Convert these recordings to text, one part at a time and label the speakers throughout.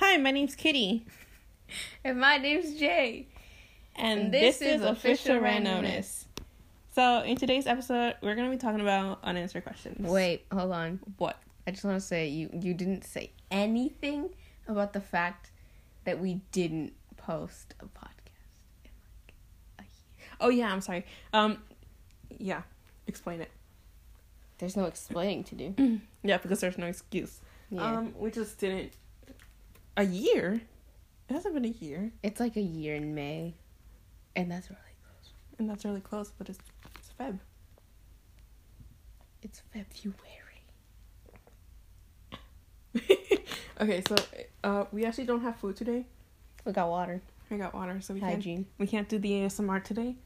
Speaker 1: Hi, my name's Kitty.
Speaker 2: And my name's Jay.
Speaker 1: And,
Speaker 2: And
Speaker 1: this,
Speaker 2: this
Speaker 1: is
Speaker 2: is
Speaker 1: Official
Speaker 2: Official
Speaker 1: Randomness. So, in today's episode, we're going to be talking about unanswered questions.
Speaker 2: Wait, hold on.
Speaker 1: What?
Speaker 2: I just want to say you you didn't say anything about the fact that we didn't post a podcast.
Speaker 1: Oh, yeah, I'm sorry. Um, Yeah, explain it.
Speaker 2: There's no explaining to do.
Speaker 1: Yeah, because there's no excuse.
Speaker 2: Mm. Yeah.
Speaker 1: Um, We just didn't. A year? It hasn't been a year.
Speaker 2: it's like a year in May, and that's really close.
Speaker 1: And that's really close, but it's, it's Feb.
Speaker 2: It's February.
Speaker 1: okay, so uh, we actually don't have food today.
Speaker 2: We got water.
Speaker 1: I got water, so we can't
Speaker 2: Hygiene.
Speaker 1: we can't do the ASMR today.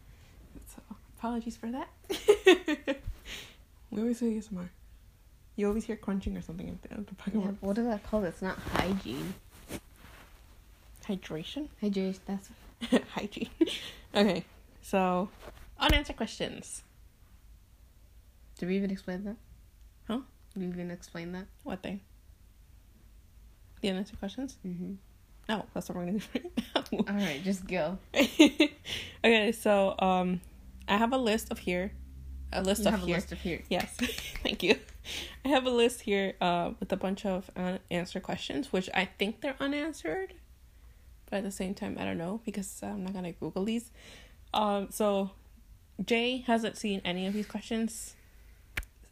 Speaker 1: So apologies for that. we always do ASMR. You always hear crunching or something at the end of the fucking
Speaker 2: Yeah, what is that called? It's not hygiene.
Speaker 1: Hydration?
Speaker 2: Hygiene. That's
Speaker 1: Hygiene. okay. So unanswered questions.
Speaker 2: Did we even explain that?
Speaker 1: Huh?
Speaker 2: Did we even explain that?
Speaker 1: What thing? The unanswered questions?
Speaker 2: Mm-hmm.
Speaker 1: No, that's what we're gonna do right now.
Speaker 2: All right, just go.
Speaker 1: okay, so um I have a list of here. A list
Speaker 2: You
Speaker 1: of
Speaker 2: have a
Speaker 1: here.
Speaker 2: list of here.
Speaker 1: Yes, thank you. I have a list here uh, with a bunch of unanswered questions, which I think they're unanswered, but at the same time, I don't know because I'm not gonna Google these. Um, so Jay hasn't seen any of these questions,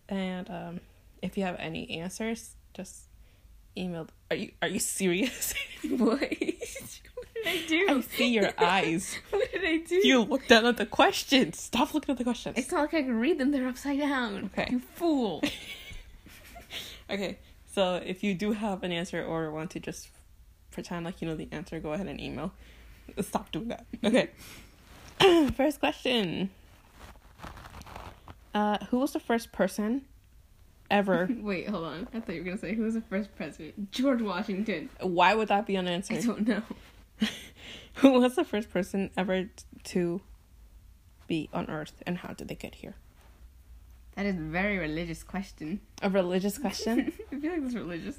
Speaker 1: and um, if you have any answers, just email. Are you are you serious?
Speaker 2: What? what did I do?
Speaker 1: I see your eyes.
Speaker 2: what did I do?
Speaker 1: You looked down at the questions. Stop looking at the questions.
Speaker 2: It's not like I can read them. They're upside down.
Speaker 1: Okay.
Speaker 2: You fool.
Speaker 1: Okay, so if you do have an answer or want to just pretend like you know the answer, go ahead and email. Stop doing that. Okay. first question. Uh, who was the first person ever?
Speaker 2: Wait, hold on. I thought you were gonna say who was the first president? George Washington.
Speaker 1: Why would that be
Speaker 2: I
Speaker 1: unanswered?
Speaker 2: don't know.
Speaker 1: Who was the first person ever t- to be on Earth, and how did they get here?
Speaker 2: That is a very religious question.
Speaker 1: A religious question.
Speaker 2: I feel like it's religious.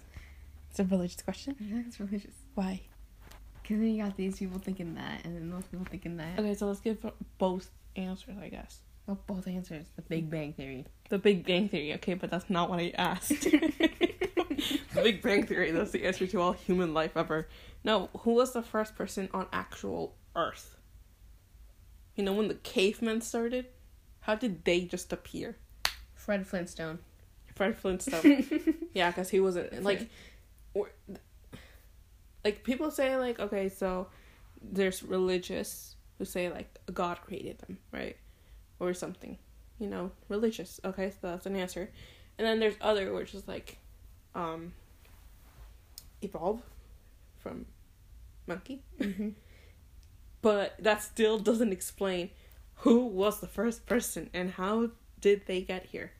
Speaker 1: it's a religious question.
Speaker 2: I feel like it's religious.
Speaker 1: Why?
Speaker 2: Cause then you got these people thinking that, and then those people thinking that.
Speaker 1: Okay, so let's give both answers, I guess.
Speaker 2: Well, both answers. The Big Bang Theory.
Speaker 1: The Big Bang Theory, okay, but that's not what I asked. the Big Bang Theory, that's the answer to all human life ever. No, who was the first person on actual Earth? You know, when the cavemen started, how did they just appear?
Speaker 2: Fred Flintstone.
Speaker 1: Fred Flintstone. yeah, because he wasn't, like, or, like, people say, like, okay, so there's religious who say, like, God created them, right? Or something you know, religious. Okay, so that's an answer. And then there's other which is like, um, evolve from monkey.
Speaker 2: Mhm.
Speaker 1: But that still doesn't explain who was the first person and how did they get here.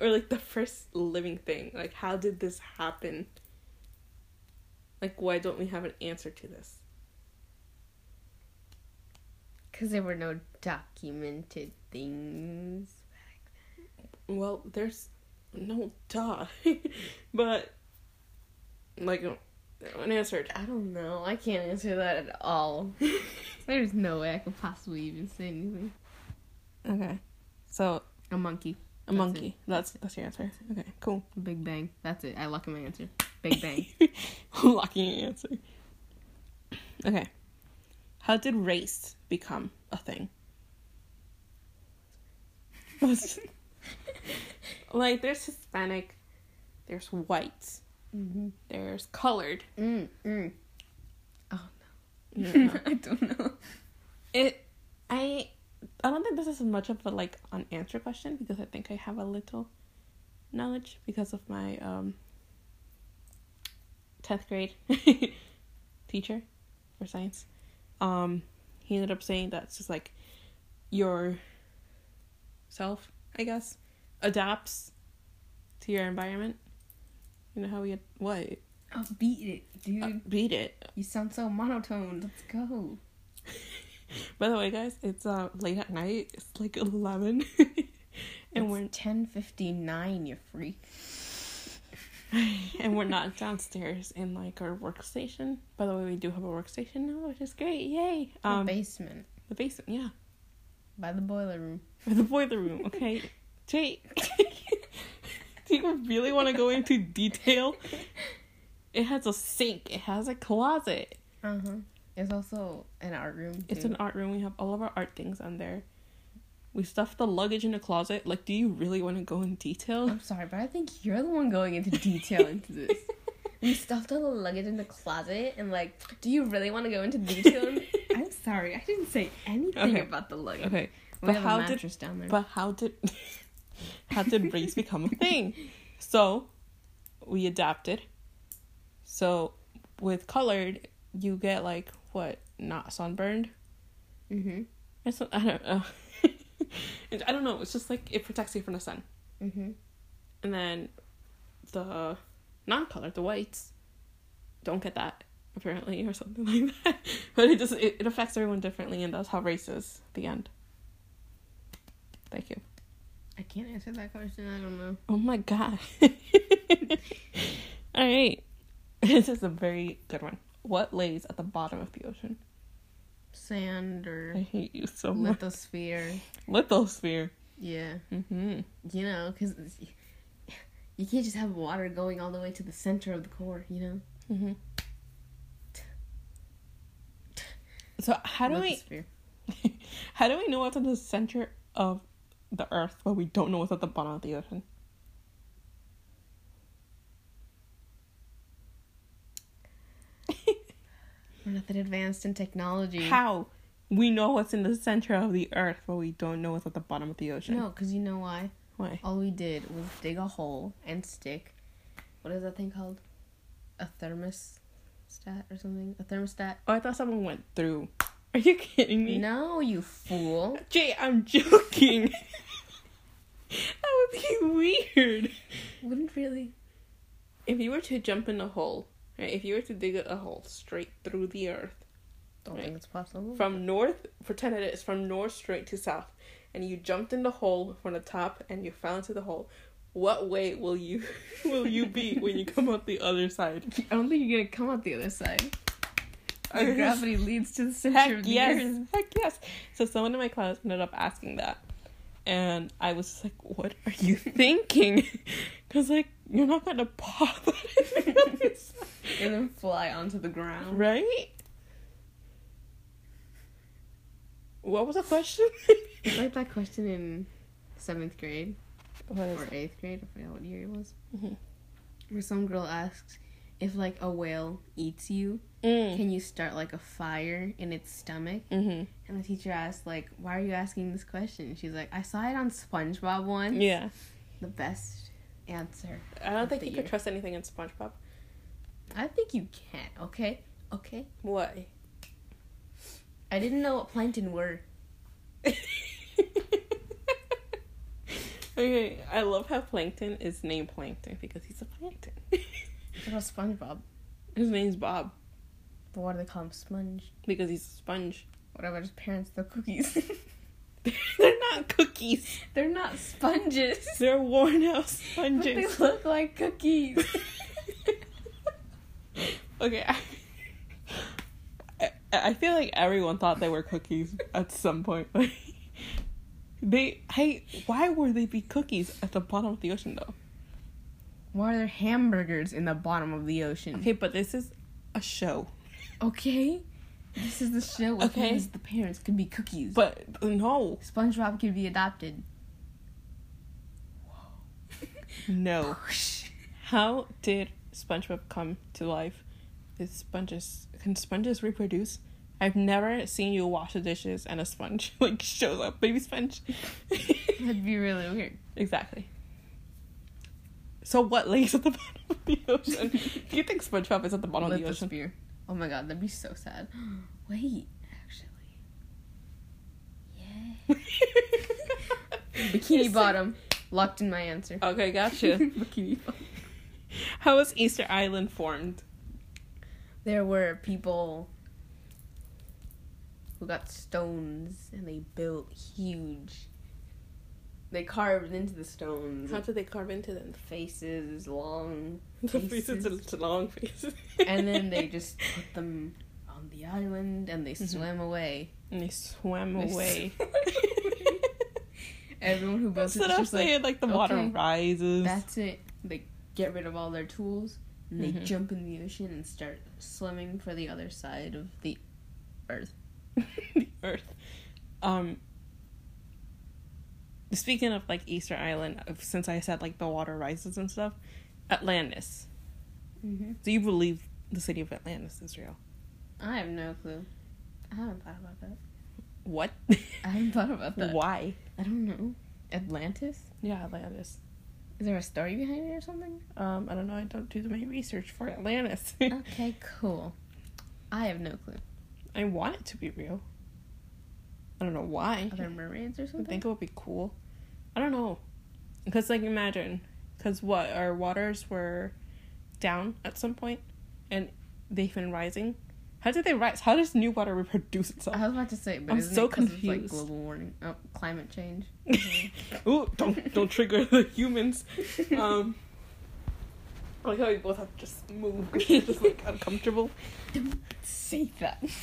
Speaker 1: or like the first living thing. Like, how did this happen? Like, why don't we have an answer to this?
Speaker 2: Because there were no documented things.
Speaker 1: Well, there's no duh, but like unanswered.
Speaker 2: I don't know. I can't answer that at all. There's no way I could possibly even say anything.
Speaker 1: Okay, so
Speaker 2: A monkey.
Speaker 1: a monkey. That's that's your answer. Okay, cool.
Speaker 2: Big bang. That's it. I lock in my answer. Big bang.
Speaker 1: Locking your answer. Okay, how did race become a thing? like there's Hispanic, there's white,
Speaker 2: mm-hmm.
Speaker 1: there's colored.
Speaker 2: mm, mm. Oh
Speaker 1: You
Speaker 2: no.
Speaker 1: know.
Speaker 2: I don't know.
Speaker 1: It, I, I don't think this is much of a like unanswered question because I think I have a little knowledge because of my um. Tenth grade teacher for science, um, he ended up saying that's just like your self, I guess, adapts to your environment. You know how we had what
Speaker 2: I'll beat it, dude.
Speaker 1: Uh, beat it.
Speaker 2: you sound so monotone. Let's go.
Speaker 1: By the way, guys, it's uh late at night. It's like eleven, and
Speaker 2: it's ten fifty nine. You freak.
Speaker 1: we're and we're not downstairs in like our workstation. By the way, we do have a workstation now, which is great. Yay! Um,
Speaker 2: the basement
Speaker 1: the basement, yeah,
Speaker 2: by the boiler room.
Speaker 1: or the boiler room. Okay, Jake, do you really want to go into detail? It has a sink. It has a closet.
Speaker 2: Uh huh. It's also an art room.
Speaker 1: It's
Speaker 2: too.
Speaker 1: an art room. We have all of our art things on there. We stuffed the luggage in a closet. Like, do you really want to go in detail?
Speaker 2: I'm sorry, but I think you're the one going into detail into this. We stuffed all the luggage in the closet and like, do you really want to go into detail? I'm sorry, I didn't say anything
Speaker 1: Okay.
Speaker 2: about the luggage.
Speaker 1: Okay,
Speaker 2: We
Speaker 1: but
Speaker 2: have a
Speaker 1: how did
Speaker 2: mattress down there.
Speaker 1: but how did how did race become a thing? So we adapted. So with colored, you get like what not sunburned.
Speaker 2: Mhm.
Speaker 1: It's not, I don't know. I don't know. It's just like it protects you from the sun.
Speaker 2: Mhm.
Speaker 1: And then the non colored, the whites, don't get that, apparently, or something like that. but it just it, it affects everyone differently and that's how race is the end. Thank you.
Speaker 2: I can't answer that question. I don't know.
Speaker 1: Oh my god. Alright. This is a very good one. What lays at the bottom of the ocean? Mm-hmm.
Speaker 2: Sand
Speaker 1: I
Speaker 2: or
Speaker 1: hate you so much.
Speaker 2: lithosphere.
Speaker 1: Lithosphere.
Speaker 2: Yeah.
Speaker 1: Mm-hmm.
Speaker 2: You know, because you can't just have water going all the way to the center of the core, you know?
Speaker 1: Mm-hmm. So how do we
Speaker 2: Lithosphere.
Speaker 1: how do we know what's at the center of the earth but we don't know what's at the bottom of the ocean?
Speaker 2: We're not that advanced in technology.
Speaker 1: How we know what's in the center of the earth but we don't know what's at the bottom of the ocean.
Speaker 2: No, because you know why?
Speaker 1: Why?
Speaker 2: All we did was dig a hole and stick. What is that thing called? A thermostat or something? A thermostat?
Speaker 1: Oh I thought someone went through. Are you kidding me?
Speaker 2: No, you fool.
Speaker 1: Jay, I'm joking. that would be weird.
Speaker 2: Wouldn't really.
Speaker 1: If you were to jump in a hole, right? If you were to dig a hole straight through the earth
Speaker 2: Don't think it's possible.
Speaker 1: from north, pretend it is from north straight to south, and you jumped in the hole from the top and you fell into the hole, what way will you will you be when you come out the other side?
Speaker 2: I don't think you're gonna come out the other side.
Speaker 1: I
Speaker 2: Our
Speaker 1: just-
Speaker 2: gravity leads to the center
Speaker 1: Heck
Speaker 2: of the
Speaker 1: yes,
Speaker 2: earth.
Speaker 1: heck yes. So someone in my class ended up asking that, and I was just like, "What are you thinking?" Because like you're not gonna pop,
Speaker 2: And then fly onto the ground.
Speaker 1: right? What was the question? Mm.
Speaker 2: It's like that question in seventh grade
Speaker 1: what is
Speaker 2: or eighth grade. I forgot what year it was.
Speaker 1: Mhm.
Speaker 2: Where some girl asks if like a whale eats you,
Speaker 1: Mm.
Speaker 2: can you start like a fire in its stomach?
Speaker 1: Mm-hmm.
Speaker 2: And the teacher asked like, "Why are you asking this question?" She's like, "I saw it on SpongeBob once."
Speaker 1: Yeah,
Speaker 2: The best answer.
Speaker 1: I don't think
Speaker 2: the
Speaker 1: you could
Speaker 2: year.
Speaker 1: trust anything in SpongeBob.
Speaker 2: I think you can. Okay. Okay.
Speaker 1: What?
Speaker 2: I didn't know what plankton were.
Speaker 1: okay, I love how Plankton is named Plankton because he's a plankton.
Speaker 2: What about SpongeBob?
Speaker 1: His name's Bob
Speaker 2: But why do they call him Sponge?
Speaker 1: because he's a sponge.
Speaker 2: What about his parents? They're cookies.
Speaker 1: They're not cookies.
Speaker 2: They're not sponges.
Speaker 1: They're worn out
Speaker 2: But they
Speaker 1: sponges.
Speaker 2: look like cookies.
Speaker 1: okay. I, I, I feel like everyone thought they were cookies at some point. Like, they hey, why would they be cookies at the bottom of the ocean though?
Speaker 2: Why are there hamburgers in the bottom of the ocean?
Speaker 1: Okay, but this is a show.
Speaker 2: Okay. This is the show where
Speaker 1: Okay.
Speaker 2: parents- the parents could be cookies.
Speaker 1: But no,
Speaker 2: SpongeBob could be adopted.
Speaker 1: no. How did SpongeBob come to life? Is sponges can sponges reproduce? I've never seen you wash the dishes and a sponge like shows up, baby sponge.
Speaker 2: That'd be really weird.
Speaker 1: exactly. So what lays at the bottom of the ocean? Do you think SpongeBob is at the bottom of the ocean?
Speaker 2: Lithosphere. Oh my god, that'd be so sad. Wait, actually. Yeah. Bikini bottom. Locked in my answer.
Speaker 1: Okay, Oh, gotcha.
Speaker 2: Bikini bottom.
Speaker 1: How was Easter Island formed?
Speaker 2: There were people who got stones and they built huge they carved into the stones
Speaker 1: How did they carve into them?
Speaker 2: faces long,
Speaker 1: The
Speaker 2: Faces.
Speaker 1: faces, it's long faces.
Speaker 2: and then they just put them on the island and they
Speaker 1: Mhm.
Speaker 2: swam away.
Speaker 1: and they swam
Speaker 2: They
Speaker 1: away.
Speaker 2: swam Everyone who built
Speaker 1: That's
Speaker 2: it was
Speaker 1: what I'm
Speaker 2: just like,
Speaker 1: saying. Like, the water
Speaker 2: okay,
Speaker 1: rises.
Speaker 2: that's it. They get rid of all their tools and they
Speaker 1: Mhm.
Speaker 2: jump in the ocean and start swimming for the other side of the earth.
Speaker 1: the earth. Um. Speaking of like Easter Island, if- since I said like the water rises and stuff, Atlantis.
Speaker 2: Mm-hmm.
Speaker 1: Do you believe the city of Atlantis is real?
Speaker 2: I have no clue. I haven't thought about that.
Speaker 1: What?
Speaker 2: I haven't thought about that.
Speaker 1: Why?
Speaker 2: I don't know. Atlantis?
Speaker 1: Yeah, Atlantis.
Speaker 2: Is there a story behind it or something?
Speaker 1: Um, I don't know. I don't do my research for Atlantis.
Speaker 2: Okay, cool. I have no clue.
Speaker 1: I want it to be real. I don't know why.
Speaker 2: Are there mermaids or
Speaker 1: I
Speaker 2: something?
Speaker 1: think it would be cool. I don't know. Because, like, imagine. Because what? Our waters were down at some point and they've been rising. How did they rise? How does new water reproduce itself?
Speaker 2: I was about to say, but
Speaker 1: I'm
Speaker 2: isn't
Speaker 1: so
Speaker 2: it 'cause it's,
Speaker 1: confused.
Speaker 2: like global warming, oh, climate change.
Speaker 1: Ooh, don't don't trigger the humans.
Speaker 2: Uh,
Speaker 1: Um, I like how we both have to just move because it's just like uncomfortable.
Speaker 2: Don't say that.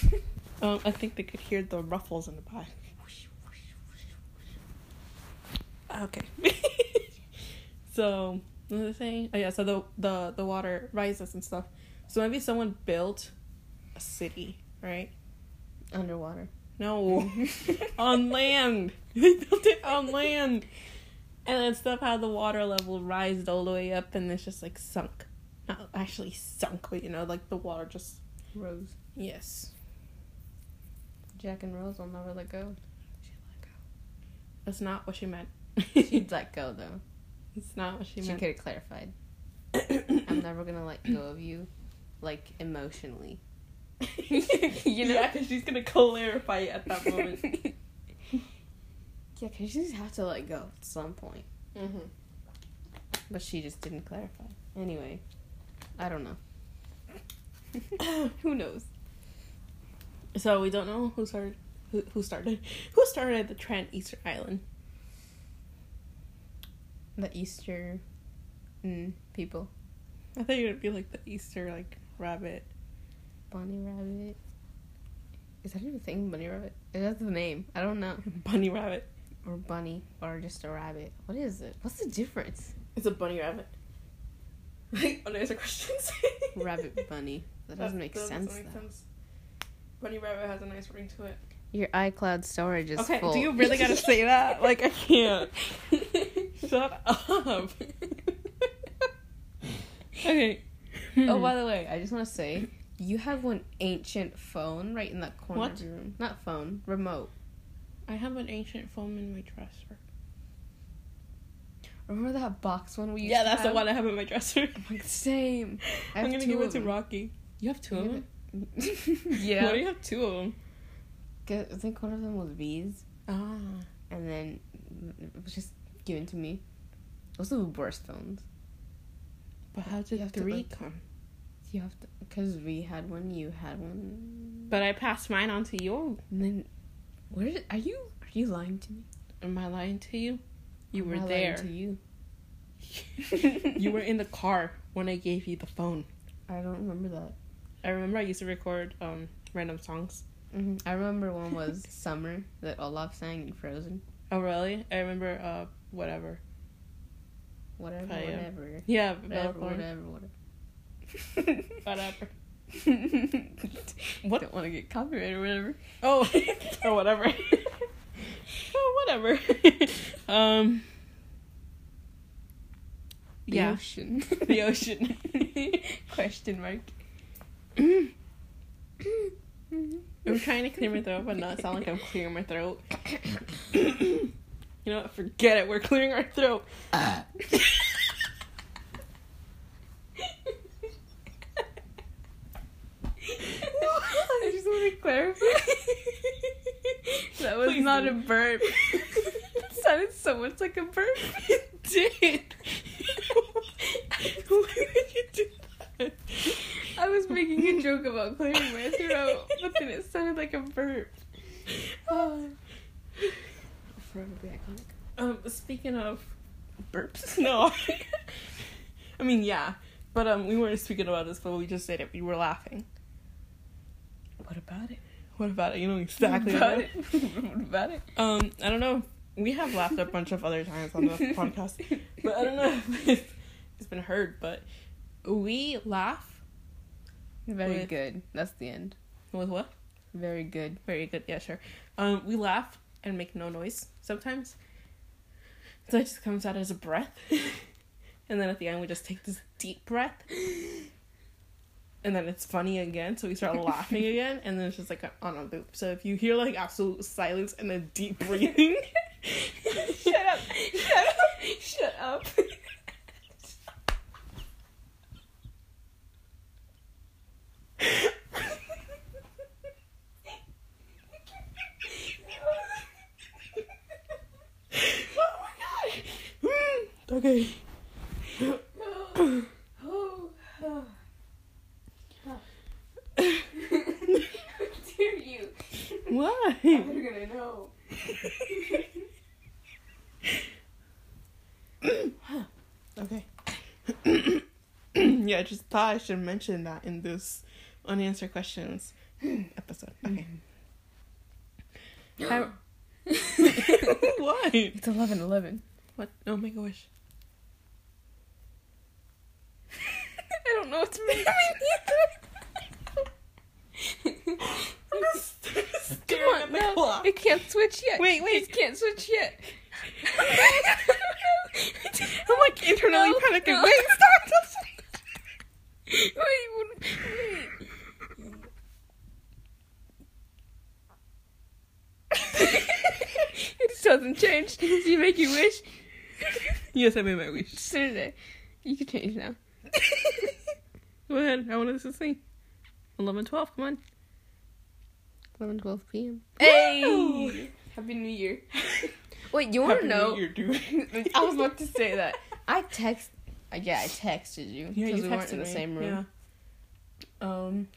Speaker 1: Um, I think they could hear the ruffles in the back. Okay. so another thing, oh yeah, so the the the water rises and stuff. So maybe someone built a city, right?
Speaker 2: Underwater. Oh.
Speaker 1: No, on land. They built it on land, and then stuff how the water level rised all the way up, and it's just like sunk. Not actually sunk, but you know, like the water just
Speaker 2: Rose.
Speaker 1: yes.
Speaker 2: Jack and Rose will never let go.
Speaker 1: That's not what she meant.
Speaker 2: She'd let go though.
Speaker 1: it's not what she,
Speaker 2: She,
Speaker 1: meant.
Speaker 2: could have clarified. I'm never gonna let go of you, like emotionally.
Speaker 1: you know? Yeah, because she's gonna clarify it at that moment.
Speaker 2: Yeah, cause you just have to let go at some point.
Speaker 1: mm-hmm.
Speaker 2: But she just didn't clarify. Anyway, I don't know. Who knows?
Speaker 1: So we don't know who started who, who started who started the trend Easter Island.
Speaker 2: The Easter mm, people.
Speaker 1: I thought it would be like the Easter like rabbit.
Speaker 2: Bunny Rabbit. Is that even a thing, Bunny Rabbit? Is that the name? I don't know.
Speaker 1: Bunny rabbit.
Speaker 2: Or bunny, or just a rabbit. What is it? What's the difference?
Speaker 1: It's a bunny rabbit. Like unanswered questions.
Speaker 2: Rabbit bunny. That doesn't make sense.
Speaker 1: doesn't make
Speaker 2: though.
Speaker 1: sense. Bunny rabbit has a nice ring to it.
Speaker 2: Your iCloud storage is
Speaker 1: okay,
Speaker 2: full.
Speaker 1: do you really gotta say that? Like I can't. Shut up. okay.
Speaker 2: oh, by the way, I just want to say you have one ancient phone right in that corner
Speaker 1: What?
Speaker 2: of your room. Not phone, remote.
Speaker 1: I have an ancient phone in my dresser.
Speaker 2: Remember that box one we used
Speaker 1: Yeah,
Speaker 2: to
Speaker 1: that's the
Speaker 2: have?
Speaker 1: one I have in my dresser.
Speaker 2: Like, same. I
Speaker 1: I'm
Speaker 2: have
Speaker 1: gonna
Speaker 2: two
Speaker 1: give
Speaker 2: of
Speaker 1: it to
Speaker 2: them.
Speaker 1: Rocky. You have two
Speaker 2: You
Speaker 1: of
Speaker 2: have
Speaker 1: them.
Speaker 2: it.
Speaker 1: Why do
Speaker 2: yeah.
Speaker 1: you have two of them?
Speaker 2: 'Cause I think one of them was bees.
Speaker 1: Ah,
Speaker 2: and then it was just given to me. Those are the worst phones.
Speaker 1: but how
Speaker 2: You have
Speaker 1: did
Speaker 2: to,
Speaker 1: three
Speaker 2: like-
Speaker 1: come?
Speaker 2: You have to, because we had one, you had one.
Speaker 1: But I passed mine on to you.
Speaker 2: and then, where did, are you? Are you lying to me?
Speaker 1: Am I lying to you? You
Speaker 2: I'm
Speaker 1: were
Speaker 2: not lying
Speaker 1: there.
Speaker 2: to you.
Speaker 1: you were in the car when I gave you the phone.
Speaker 2: I don't remember that.
Speaker 1: I remember I used to record um random songs.
Speaker 2: hmm I remember one was "Summer" that Olaf sang in Frozen.
Speaker 1: Oh really? I remember uh whatever.
Speaker 2: Whatever,
Speaker 1: Oh, yeah.
Speaker 2: whatever,
Speaker 1: Yeah,
Speaker 2: whatever,
Speaker 1: whatever.
Speaker 2: whatever, whatever.
Speaker 1: Whatever.
Speaker 2: what? Don't want to get copyrighted or whatever.
Speaker 1: Oh, or whatever. oh, whatever. um.
Speaker 2: The
Speaker 1: Yeah.
Speaker 2: ocean.
Speaker 1: The ocean.
Speaker 2: Question mark.
Speaker 1: I'm trying to clear my throat, but not sound like I'm clearing my throat. you know what? Forget it. We're clearing our throat.
Speaker 2: I just want to clarify. That was
Speaker 1: Please
Speaker 2: not
Speaker 1: don't.
Speaker 2: a burp. It sounded so much like a burp.
Speaker 1: It did. Why would you do that?
Speaker 2: I was making a joke about clearing my throat, but then it sounded like a burp. Oh. Forever be iconic.
Speaker 1: Um, speaking burps. No. I mean, yeah. But um, we weren't speaking about this, but we just said it. We were laughing.
Speaker 2: What about it?
Speaker 1: What about it? You know exactly
Speaker 2: what about
Speaker 1: what-
Speaker 2: it? what about it?
Speaker 1: Um, I don't know. We have laughed a bunch of other times on the podcast, but I don't know if it's, it's been heard. But we laugh
Speaker 2: Very
Speaker 1: With-
Speaker 2: good. That's the end.
Speaker 1: with what?
Speaker 2: Very good.
Speaker 1: Very good. Yeah, sure. Um, we laugh and make no noise sometimes. So it just comes out as a breath, and then at the end we just take this deep breath, and then it's funny again. So we start laughing again, and then it's just like on a loop. So if you hear like absolute silence and then deep breathing,
Speaker 2: Shut up. Shut up. Shut up.
Speaker 1: oh my god! okay.
Speaker 2: Dear you.
Speaker 1: Why?
Speaker 2: You're gonna know.
Speaker 1: Okay. yeah, I just thought I should mention that in this unanswered questions episode. Okay. Hi- Why?
Speaker 2: It's eleven eleven.
Speaker 1: Mm-hmm. What? Oh my gosh.
Speaker 2: I don't know what to make either.
Speaker 1: I'm just
Speaker 2: Come
Speaker 1: staring
Speaker 2: on,
Speaker 1: at the
Speaker 2: no,
Speaker 1: clock.
Speaker 2: it can't switch yet.
Speaker 1: Wait, wait.
Speaker 2: it can't switch yet.
Speaker 1: I'm like internally
Speaker 2: No,
Speaker 1: panicking.
Speaker 2: no.
Speaker 1: Wait, stop! stop.
Speaker 2: wait, what- wait. it just doesn't change. Do you make your wish?
Speaker 1: yes, I made my wish.
Speaker 2: Saturday. You can change now.
Speaker 1: Go ahead. I want to see. 11, 12, come on.
Speaker 2: 11, 12 p.m.
Speaker 1: Woo!
Speaker 2: Hey! Happy New Year. Wait, you want to know?
Speaker 1: You're doing.
Speaker 2: I was about to say that. I text. uh, Yeah, I texted you because we weren't in the same room. Um,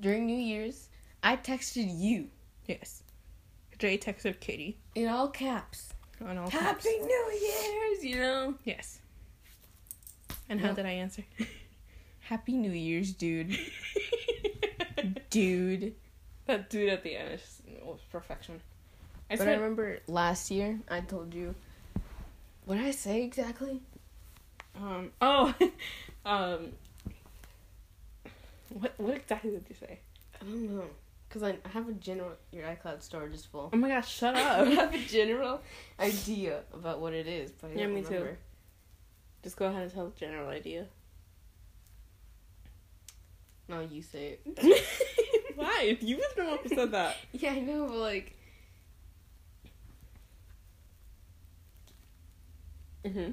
Speaker 2: during New Year's, I texted you
Speaker 1: Yes. Jay texted Katie
Speaker 2: in all caps.
Speaker 1: on all caps.
Speaker 2: Happy New Year's, you know.
Speaker 1: Yes. And how
Speaker 2: No.
Speaker 1: did I answer?
Speaker 2: Happy New Year's, dude. dude.
Speaker 1: that dude at the end is just, was perfection. I
Speaker 2: But I
Speaker 1: spent,
Speaker 2: remember last year I told you. What did I say exactly?
Speaker 1: um oh um what what exactly did you say?
Speaker 2: I don't know. Cause I I have a general your iCloud storage is full.
Speaker 1: Oh my gosh, shut
Speaker 2: I
Speaker 1: up.
Speaker 2: have a general idea about what it is, but I
Speaker 1: Yeah,
Speaker 2: don't
Speaker 1: me too.
Speaker 2: remember.
Speaker 1: Just go ahead and tell the general idea.
Speaker 2: No, you say it.
Speaker 1: Why? You was the one who said that.
Speaker 2: Yeah, I know, but like
Speaker 1: Mm-hmm.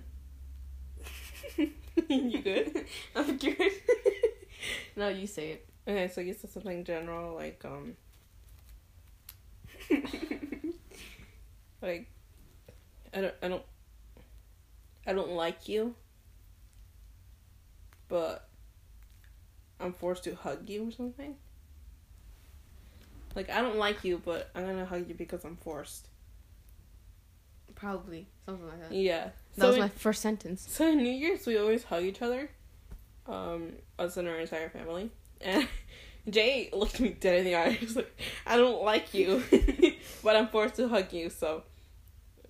Speaker 1: you good?
Speaker 2: I'm good. no, you say it.
Speaker 1: Okay, so you said something general like um like I don't I don't I don't like you but I'm forced to hug you or something. Like I don't like you but I'm gonna hug you because I'm forced.
Speaker 2: Probably something like that.
Speaker 1: Yeah.
Speaker 2: That
Speaker 1: so
Speaker 2: was
Speaker 1: in-
Speaker 2: my first sentence.
Speaker 1: So in New Year's we always hug each other, um, us and our entire family. And Jay looked me dead in the eye. He was like, "I don't like you, but I'm forced to hug you." So,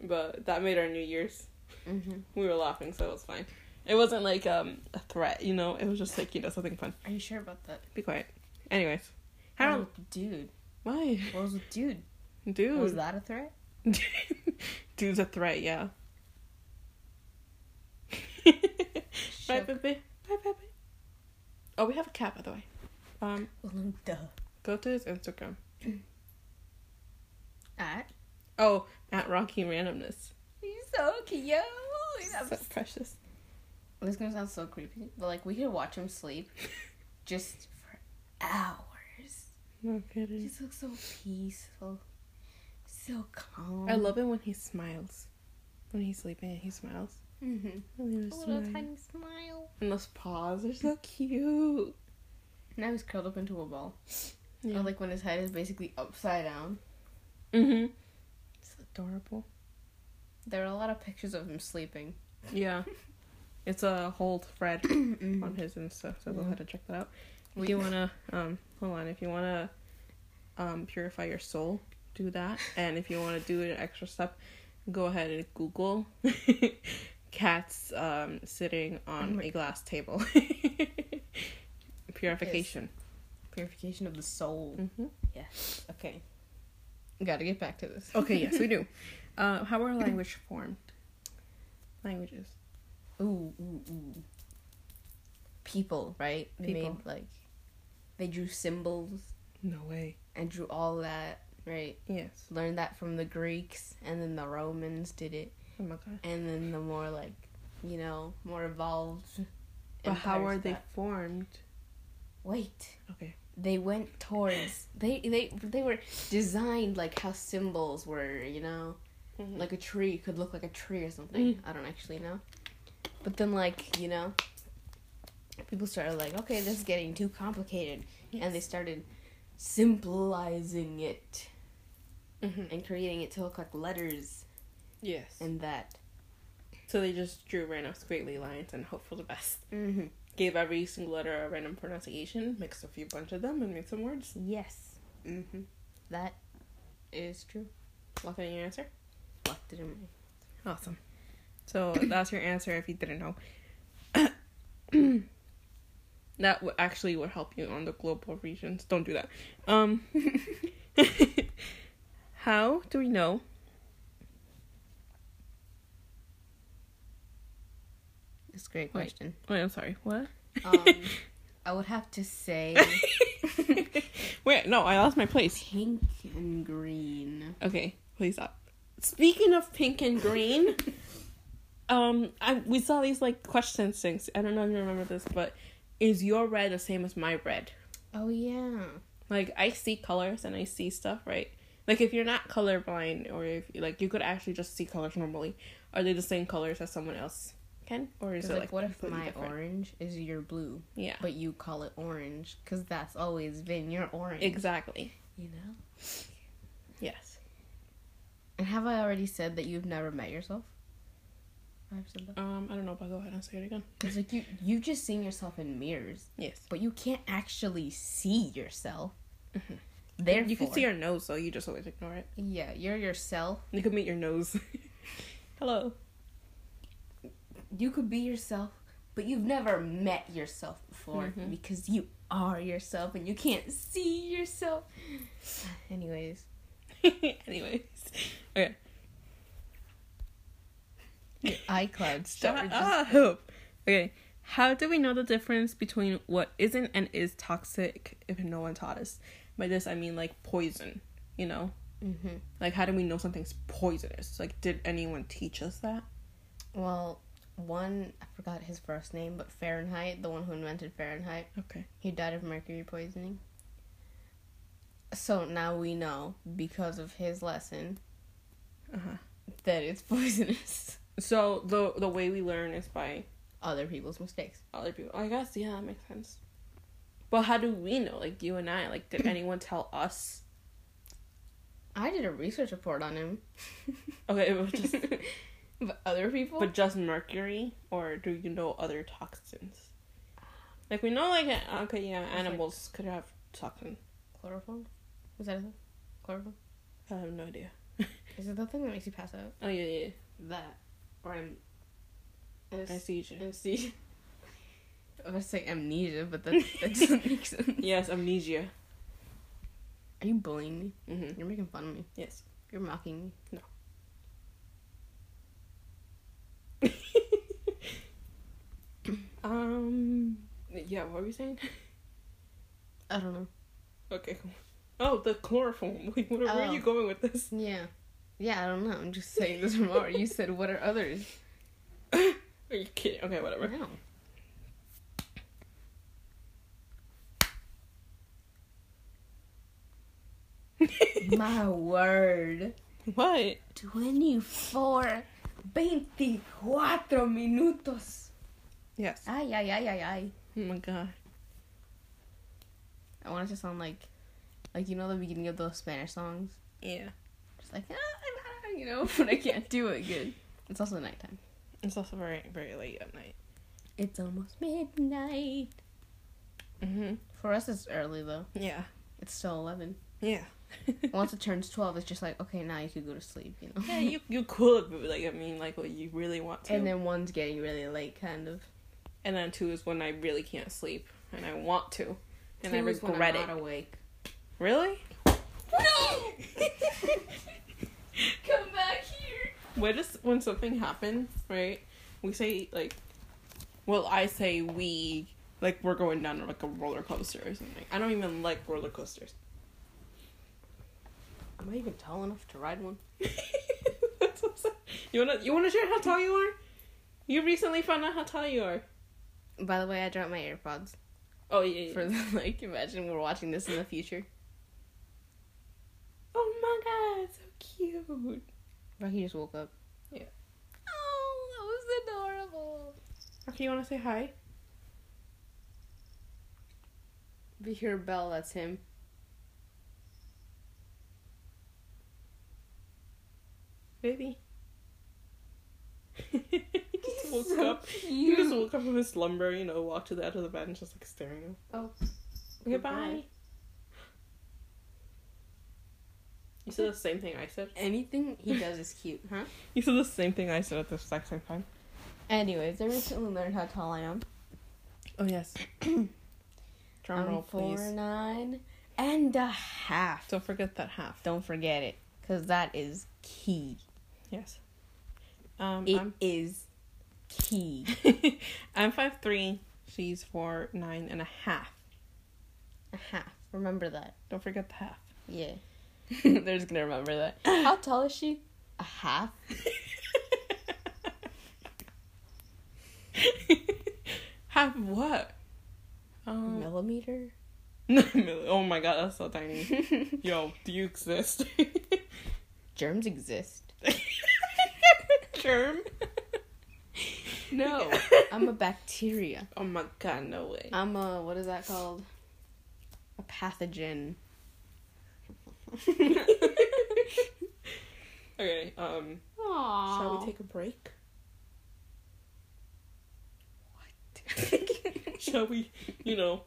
Speaker 1: but that made our New Year's.
Speaker 2: Mm-hmm.
Speaker 1: We were laughing, so it was fine. It wasn't like um a threat, you know. It was just like you know something fun.
Speaker 2: Are you sure about that?
Speaker 1: Be quiet. Anyways,
Speaker 2: What
Speaker 1: how
Speaker 2: was with the dude?
Speaker 1: why
Speaker 2: What was with Um, dude? Was
Speaker 1: dude?
Speaker 2: that a threat?
Speaker 1: Dude's a threat, yeah. Bye,
Speaker 2: Shook.
Speaker 1: Pepe. Bye, Pepe. Oh, we have a cat, by the way. Um,
Speaker 2: Well, duh.
Speaker 1: go to his Instagram.
Speaker 2: At
Speaker 1: Oh, at Rocky Randomness.
Speaker 2: he's so cute.
Speaker 1: So precious.
Speaker 2: This is gonna sound so creepy, but like we could watch him sleep, just for hours.
Speaker 1: No
Speaker 2: He
Speaker 1: kidding.
Speaker 2: just looks so peaceful, so calm.
Speaker 1: I love it when he smiles. When he's sleeping and he smiles.
Speaker 2: Mm-hmm.
Speaker 1: A little
Speaker 2: A little
Speaker 1: smile.
Speaker 2: tiny smile.
Speaker 1: And those paws are so cute. Oh,
Speaker 2: Now he's curled up into a ball.
Speaker 1: Yeah.
Speaker 2: Or like when his head is basically upside down.
Speaker 1: mm-hmm. It's adorable.
Speaker 2: There are a lot of pictures of him sleeping.
Speaker 1: Yeah. It's a whole thread on his Insta, so go
Speaker 2: Yeah.
Speaker 1: ahead and check that out. If you wanna um hold on, if you wanna um purify your soul, do that. And if you wanna do an extra step, go ahead and Google cats um sitting
Speaker 2: Oh
Speaker 1: on
Speaker 2: my-
Speaker 1: a glass table. Purification.
Speaker 2: Purification of the soul.
Speaker 1: hmm
Speaker 2: Yes. Mm. Okay. Gotta get back to this.
Speaker 1: Okay, yes, we do. Uh, how are language formed? Languages.
Speaker 2: Ooh, ooh, ooh. People, right? They
Speaker 1: People.
Speaker 2: made like they drew symbols
Speaker 1: No way.
Speaker 2: and drew all that, right?
Speaker 1: Yes.
Speaker 2: Learned that from the Greeks and then the Romans did it.
Speaker 1: Oh my god.
Speaker 2: And then the more like, you know, more evolved
Speaker 1: But how
Speaker 2: empires
Speaker 1: are they
Speaker 2: that-
Speaker 1: formed?
Speaker 2: Wait.
Speaker 1: Okay.
Speaker 2: They went towards they they they were designed like how symbols were, you know?
Speaker 1: Mm-hmm,
Speaker 2: like a tree could look like a tree or something. I don't actually know. But then like, you know, people started like, okay, this is getting too complicated and they started simplizing it
Speaker 1: Mhm.
Speaker 2: and creating it to look like letters
Speaker 1: Yes.
Speaker 2: and that.
Speaker 1: So they just drew random squiggly lines and hope for the best.
Speaker 2: Mm-hmm.
Speaker 1: Gave every single letter a random pronunciation, mixed a few bunch of them, and made some words.
Speaker 2: Yes.
Speaker 1: Mm-hmm.
Speaker 2: That is true.
Speaker 1: Lock in your answer.
Speaker 2: Locked it in my
Speaker 1: Awesome. So that's your answer if you didn't know. that would actually would help you on the global regions. Don't do that. Um, how do we know?
Speaker 2: It's a great
Speaker 1: Wait.
Speaker 2: question.
Speaker 1: Wait, I'm sorry. What?
Speaker 2: Um I would have to say
Speaker 1: Wait, no, I lost my place.
Speaker 2: pink and green.
Speaker 1: Okay, please stop. Speaking of pink and green, um, I we saw these like question things. I don't know if you remember this, but is your red the same as my red?
Speaker 2: Oh yeah.
Speaker 1: Like I see colors and I see stuff, right? Like if you're not colorblind or if like you could actually just see colors normally, are they the same colors as someone else can, or is
Speaker 2: It's
Speaker 1: it
Speaker 2: like,
Speaker 1: like,
Speaker 2: what if
Speaker 1: completely
Speaker 2: my
Speaker 1: different?
Speaker 2: orange is your blue?
Speaker 1: Yeah,
Speaker 2: but you call it orange because that's always been your orange.
Speaker 1: exactly.
Speaker 2: You know.
Speaker 1: Yes.
Speaker 2: And have I already said that you've never met yourself? I've said that.
Speaker 1: Um, I don't know, but go ahead and say it again.
Speaker 2: Because like you, you've just seen yourself in mirrors,
Speaker 1: Yes.
Speaker 2: but you can't actually see yourself.
Speaker 1: Mhm.
Speaker 2: Therefore,
Speaker 1: You can see your nose, so you just always ignore it.
Speaker 2: yeah, you're yourself.
Speaker 1: You could meet your nose. Hello.
Speaker 2: You could be yourself, but you've never met yourself before
Speaker 1: Mhm.
Speaker 2: because you are yourself and you can't see yourself. Anyways,
Speaker 1: Anyways, okay.
Speaker 2: your iCloud
Speaker 1: Shut
Speaker 2: storage is
Speaker 1: up. Okay. How do we know the difference between what isn't and is toxic if no one taught us? By this I mean like poison. You know,
Speaker 2: hmm
Speaker 1: like how do we know something's poisonous? Like, did anyone teach us that?
Speaker 2: Well, one I forgot his first name, but Fahrenheit, the one who invented Fahrenheit,
Speaker 1: Okay.
Speaker 2: he died of mercury poisoning. So now we know because of his lesson
Speaker 1: Uh huh.
Speaker 2: that it's poisonous.
Speaker 1: So the the way we learn is by
Speaker 2: Other people's mistakes.
Speaker 1: other people. I guess yeah, that makes sense. But how do we know? Like you and I. Like, did anyone tell us?
Speaker 2: I did a research report on him.
Speaker 1: Okay, it was just
Speaker 2: but other people?
Speaker 1: But just mercury, or do you know other toxins? Like we know, like uh, okay, yeah,
Speaker 2: like-
Speaker 1: animals could have toxin.
Speaker 2: chloroform? Is that a thing? Chloroform?
Speaker 1: I have no idea.
Speaker 2: Is it the thing that makes you pass out?
Speaker 1: Oh yeah, yeah.
Speaker 2: That. Or am-
Speaker 1: yeah. I see you.
Speaker 2: amnesia. I was saying amnesia, but that, that doesn't make sense.
Speaker 1: Yes, amnesia.
Speaker 2: Are you bullying me?
Speaker 1: hmm
Speaker 2: You're making fun of me.
Speaker 1: Yes.
Speaker 2: You're mocking me.
Speaker 1: um. Yeah. What were we saying?
Speaker 2: I don't know.
Speaker 1: Okay. cool. Oh, the chloroform. Like, where, where
Speaker 2: Oh.
Speaker 1: are you going with this?
Speaker 2: Yeah. Yeah, I don't know. I'm just saying this from what you said. What are others?
Speaker 1: Are you kidding? Okay, whatever.
Speaker 2: No. My word.
Speaker 1: What?
Speaker 2: 24. 24 minutos.
Speaker 1: Yes.
Speaker 2: Ay, ay, ay, ay, ay.
Speaker 1: Oh my god.
Speaker 2: I want it to sound like, like, you know, the beginning of those Spanish songs?
Speaker 1: Yeah.
Speaker 2: Just like, ah, ah, ah, you know, but I can't do it good. It's also nighttime.
Speaker 1: It's also very very late at night.
Speaker 2: It's almost midnight.
Speaker 1: Mm-hmm.
Speaker 2: For us, it's early though.
Speaker 1: Yeah.
Speaker 2: It's still eleven.
Speaker 1: Yeah.
Speaker 2: Once it turns twelve, it's just like okay, now you could go to sleep. You know.
Speaker 1: yeah, you you could, but like I mean, like what you really want to.
Speaker 2: and then one's getting really late, kind of.
Speaker 1: and then two is when I really can't sleep and I want to, and I
Speaker 2: Two is when
Speaker 1: regret
Speaker 2: I'm
Speaker 1: it.
Speaker 2: Not awake.
Speaker 1: Really?
Speaker 2: No! Come back here.
Speaker 1: What is when something happens, right? We say like, well, I say we like we're going down like a roller coaster or something. I don't even like roller coasters.
Speaker 2: Am I even tall enough to ride one?
Speaker 1: That's what I'm saying. you wanna you wanna share how tall you are? You recently found out how tall you are.
Speaker 2: By the way, I dropped my AirPods.
Speaker 1: Oh yeah. yeah.
Speaker 2: For the, like, imagine we're watching this in the future.
Speaker 1: oh my god, so cute.
Speaker 2: Rocky just woke up.
Speaker 1: Yeah.
Speaker 2: Oh, that was adorable.
Speaker 1: Okay, you wanna say hi?
Speaker 2: If you hear a bell, that's him.
Speaker 1: Baby. he just
Speaker 2: He's
Speaker 1: woke
Speaker 2: so
Speaker 1: up. He
Speaker 2: cute.
Speaker 1: just woke up from his slumber, you know, walked to the edge of the bed and just like staring at him.
Speaker 2: Oh.
Speaker 1: Goodbye. You said the same thing I said.
Speaker 2: Anything he does is cute, huh?
Speaker 1: You said the same thing I said at the exact same time.
Speaker 2: Anyways, I recently learned how tall I am.
Speaker 1: Oh yes. Drum
Speaker 2: I'm
Speaker 1: roll, please.
Speaker 2: four nine and a half.
Speaker 1: Don't forget that half.
Speaker 2: Don't forget it, cause that is key.
Speaker 1: Yes. Um,
Speaker 2: It is
Speaker 1: I'm
Speaker 2: key.
Speaker 1: I'm five three. She's four nine and a half.
Speaker 2: A half. Remember that.
Speaker 1: Don't forget the half.
Speaker 2: Yeah. They're just gonna remember that. How tall is she? A half.
Speaker 1: half of what?
Speaker 2: Mm.
Speaker 1: Um,
Speaker 2: Millimeter.
Speaker 1: oh my god, that's so tiny. Yo, do you exist?
Speaker 2: Germs exist.
Speaker 1: Germ?
Speaker 2: No, I'm a bacteria.
Speaker 1: Oh my god, no way.
Speaker 2: I'm a what is that called? A pathogen.
Speaker 1: okay, um,
Speaker 2: Aww.
Speaker 1: shall we take a break? shall we, you know?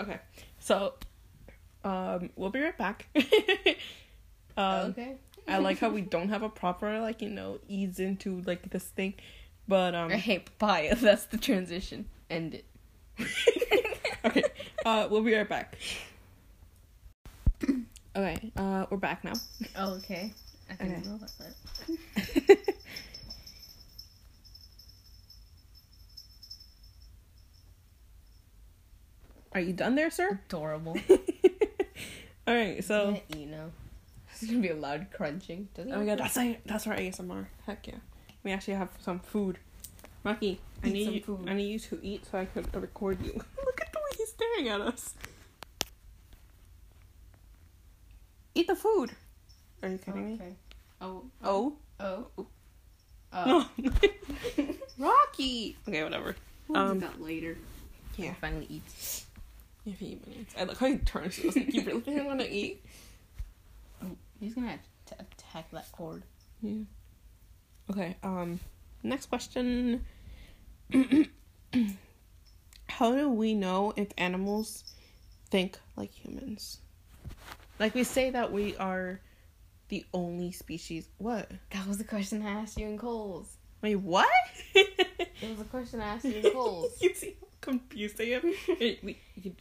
Speaker 1: Okay, so, um, we'll be right back. um,
Speaker 2: okay.
Speaker 1: I like how we don't have a proper like you know ease into like this thing, but um
Speaker 2: Hey, papaya. That's the transition. End it.
Speaker 1: okay, uh, we'll be right back. Okay, uh, we're back now.
Speaker 2: Oh, okay. I
Speaker 1: didn't
Speaker 2: know about that.
Speaker 1: Are you done there, sir?
Speaker 2: Adorable.
Speaker 1: All right, so.
Speaker 2: Yeah, you know, it's gonna be a loud crunching. Doesn't
Speaker 1: Oh my god, that's like, that's our ASMR. Heck yeah. We actually have some food. Rocky, I
Speaker 2: Eat
Speaker 1: need
Speaker 2: some
Speaker 1: you,
Speaker 2: food.
Speaker 1: I need you to eat so I could record you. Look at the way he's staring at us. Eat the food. Are you kidding me?
Speaker 2: Oh.
Speaker 1: Oh
Speaker 2: Oh.
Speaker 1: no, Oh. Rocky. Okay, whatever.
Speaker 2: We'll
Speaker 1: um,
Speaker 2: do that later.
Speaker 1: yeah.
Speaker 2: Finally eats.
Speaker 1: If he even eats, I look how he turns to us like you really didn't want to eat.
Speaker 2: He's gonna have to attack that cord.
Speaker 1: Yeah. Okay. Um. Next question. How do we know if animals think like humans? Like we say that we are the only species. What?
Speaker 2: That was the question I asked you in Coles.
Speaker 1: Wait, what?
Speaker 2: It was the question I asked you in Coles.
Speaker 1: you see how confused I am. Wait, we- you,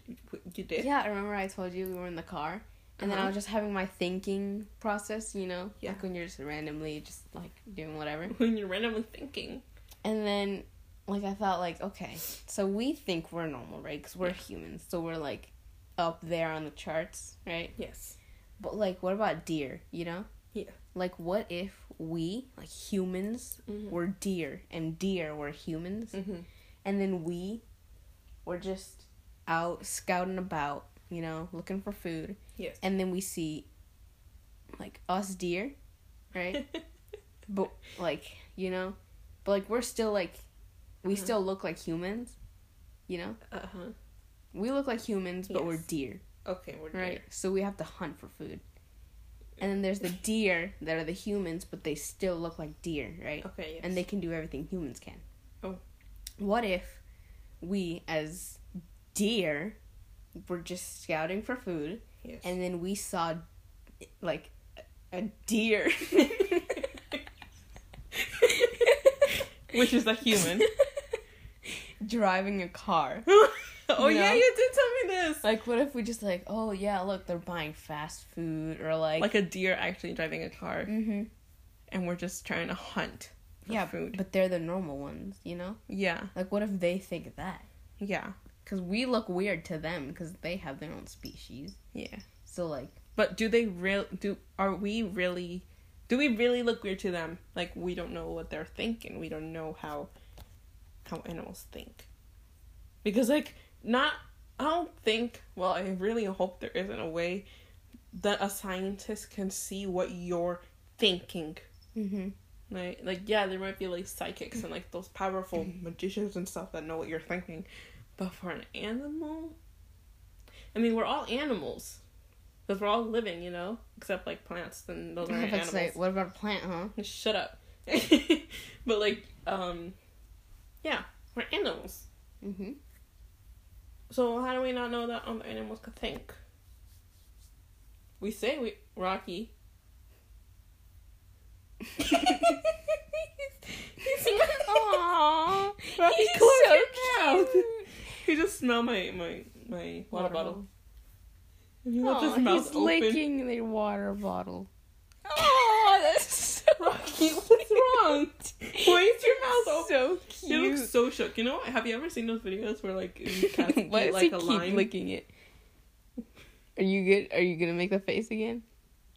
Speaker 1: you did.
Speaker 2: yeah, I remember I told you we were in the car, and then I
Speaker 1: Uh-huh.
Speaker 2: was just having my thinking process. You know,
Speaker 1: Yeah.
Speaker 2: like when you're just randomly just like doing whatever.
Speaker 1: When you're randomly thinking.
Speaker 2: And then, like, I thought, like, okay, so we think we're normal, right? Because we're humans, so we're like up there on the charts, right?
Speaker 1: Yes.
Speaker 2: But like, what about deer? You know?
Speaker 1: Yeah.
Speaker 2: Like, what if we, like humans,
Speaker 1: Mhm.
Speaker 2: were deer, and deer were humans,
Speaker 1: Mhm.
Speaker 2: and then we were just out scouting about, you know, looking for food,
Speaker 1: Yes.
Speaker 2: and then we see, like, us deer, right? but
Speaker 1: Uh-huh.
Speaker 2: like you know but like we're still like we
Speaker 1: Uh-huh.
Speaker 2: still look like humans you know
Speaker 1: uh huh.
Speaker 2: we look like humans but we're
Speaker 1: Yes.
Speaker 2: deer
Speaker 1: Okay, we're
Speaker 2: right so we have to hunt for food And then there's the deer that are the humans, but they still look like deer, right?
Speaker 1: Okay. Oh, Yes.
Speaker 2: And they can do everything humans can.
Speaker 1: Oh.
Speaker 2: What if we, as deer, were just scouting for food,
Speaker 1: Yes.
Speaker 2: and then we saw, like, a deer?
Speaker 1: Which is a human.
Speaker 2: Driving a car.
Speaker 1: oh
Speaker 2: No.
Speaker 1: yeah, you did tell me this.
Speaker 2: Like, what if we just, like, oh, yeah, look, they're buying fast food, or, like,
Speaker 1: Like a deer actually driving a car,
Speaker 2: mm-hmm.
Speaker 1: and we're just trying to hunt for
Speaker 2: yeah,
Speaker 1: food.
Speaker 2: but they're the normal ones, you know?
Speaker 1: Yeah,
Speaker 2: Like, what if they think that?
Speaker 1: yeah,
Speaker 2: Because we look weird to them because they have their own species.
Speaker 1: yeah.
Speaker 2: So, like,
Speaker 1: But do they real? Do are we really? Do we really look weird to them? Like we don't know what they're thinking. We don't know how how animals think. Because like not, I don't think. Well, I really hope there isn't a way that a scientist can see what you're thinking.
Speaker 2: mm-hmm.
Speaker 1: Like, like yeah, there might be like psychics and like those powerful magicians and stuff that know what you're thinking, but for an animal, I mean, we're all animals, because we're all living, you know, except like plants, then those aren't animals.
Speaker 2: what about a plant, huh?
Speaker 1: Shut up. but like, um, yeah, we're animals.
Speaker 2: Mm-hmm.
Speaker 1: So how do we not know that other animals could think? We say we Rocky.
Speaker 2: Aww.
Speaker 1: Rocky,
Speaker 2: He's
Speaker 1: close
Speaker 2: so
Speaker 1: your mouth.
Speaker 2: cute.
Speaker 1: You just smell my my my water,
Speaker 2: Water
Speaker 1: bottle.
Speaker 2: bottle.
Speaker 1: And he left
Speaker 2: Aw,
Speaker 1: his mouth
Speaker 2: he's
Speaker 1: open.
Speaker 2: licking the water bottle. Oh, that's so
Speaker 1: Rocky, what's wrong? Why is your mouth open?
Speaker 2: so
Speaker 1: You
Speaker 2: cute.
Speaker 1: look so shook. You know, have you ever seen those videos where like cats eat
Speaker 2: Why does
Speaker 1: like
Speaker 2: he
Speaker 1: a
Speaker 2: keep
Speaker 1: lime?
Speaker 2: licking it? Are you good? Are you gonna make the face again?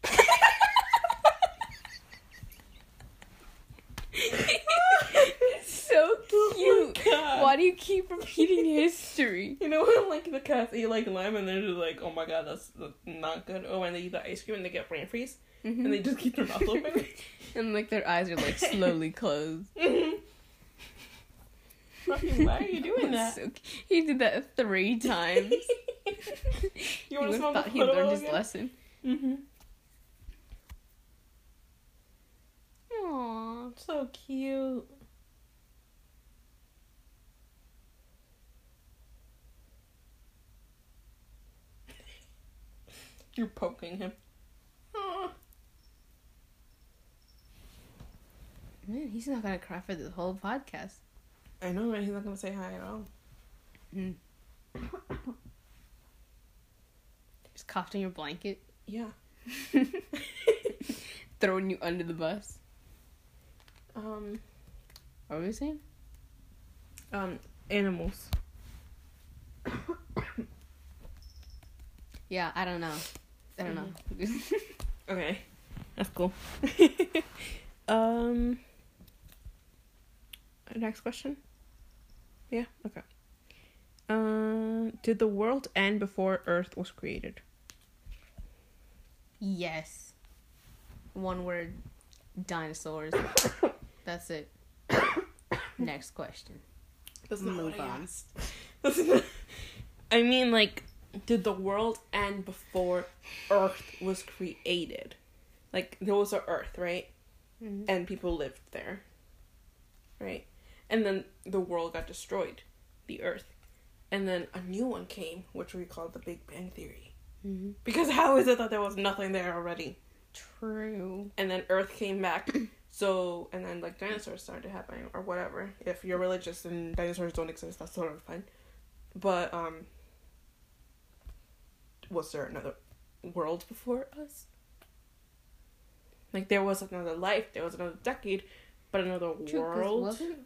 Speaker 2: it's so
Speaker 1: Oh
Speaker 2: cute.
Speaker 1: my God.
Speaker 2: Why do you keep repeating history?
Speaker 1: You know when like the cats eat like lime and they're just like, oh my god, that's, that's not good. Or when they eat the ice cream and they get brain freeze and they just keep their mouth
Speaker 2: Mm-hmm.
Speaker 1: open.
Speaker 2: And like their eyes are like slowly closed.
Speaker 1: Mhm. Rocky, why are you doing that?
Speaker 2: That's so cu- he did that three times.
Speaker 1: you want to
Speaker 2: would've
Speaker 1: smell
Speaker 2: thought
Speaker 1: the
Speaker 2: he learned his
Speaker 1: left.
Speaker 2: lesson.
Speaker 1: Mm-hmm.
Speaker 2: Aww.
Speaker 1: So cute. You're poking him. Aw.
Speaker 2: Man, he's not gonna cry for this whole podcast.
Speaker 1: I know, right? He's not gonna say hi at all.
Speaker 2: Mm. Just coughed on your blanket,
Speaker 1: Yeah.
Speaker 2: throwing you under the bus.
Speaker 1: Um.
Speaker 2: What were we saying?
Speaker 1: Um. Animals.
Speaker 2: Yeah, I don't know. I don't know.
Speaker 1: Okay. That's cool. um. Next question. Yeah. Okay. Um. Did the world end before Earth was created?
Speaker 2: yes. One word dinosaurs. That's it. Next question.
Speaker 1: That's
Speaker 2: not what I
Speaker 1: on. I mean, like, did the world end before Earth was created? Like, there was a Earth, right? And people lived there, right? And then the world got destroyed, the Earth. And then a new one came, which we called the Big Bang Theory.
Speaker 2: Mm-hmm.
Speaker 1: Because how is it that there was nothing there already?
Speaker 2: True.
Speaker 1: And then Earth came back, so, and then, like, dinosaurs started happening, or whatever. If you're religious and dinosaurs don't exist, that's sort of fine. But, um, was there another world before us? Like, there was another life, there was another decade, but another
Speaker 2: True, 'cause
Speaker 1: world?
Speaker 2: Wasn't,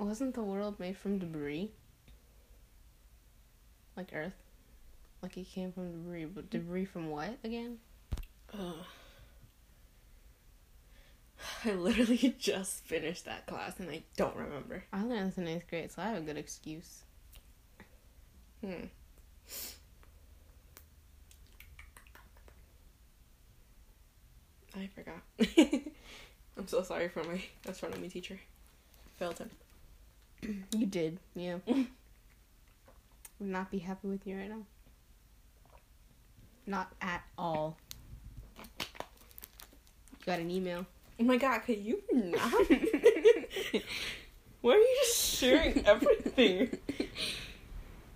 Speaker 2: wasn't the world made from debris? Like Earth? Like it came from debris, but debris from what again?
Speaker 1: Ugh. I literally just finished that class and I don't remember.
Speaker 2: I learned this in eighth grade, so I have a good excuse.
Speaker 1: Hmm. I forgot. I'm so sorry for my astronomy teacher. Failed him.
Speaker 2: You did, yeah. Would not be happy with you right now. Not at all. Got an email.
Speaker 1: Oh my god, can you not? Why are you just sharing everything?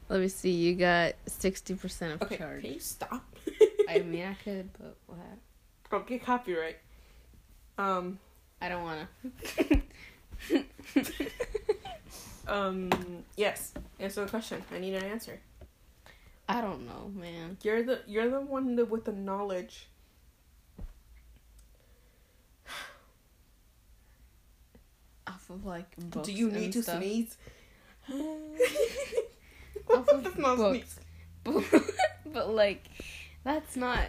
Speaker 2: Let me see. You got sixty percent of
Speaker 1: Okay,
Speaker 2: charge.
Speaker 1: can you stop?
Speaker 2: I mean, I could, but what?
Speaker 1: Don't get copyright. Um,
Speaker 2: I don't wanna.
Speaker 1: um, yes. Answer the question. I need an answer.
Speaker 2: I don't know, man.
Speaker 1: You're the you're the one that- with the knowledge.
Speaker 2: Off of like books.
Speaker 1: Do you
Speaker 2: and
Speaker 1: need to
Speaker 2: stuff.
Speaker 1: sneeze?
Speaker 2: Off of
Speaker 1: That's not
Speaker 2: books.
Speaker 1: sneeze.
Speaker 2: but, but like that's not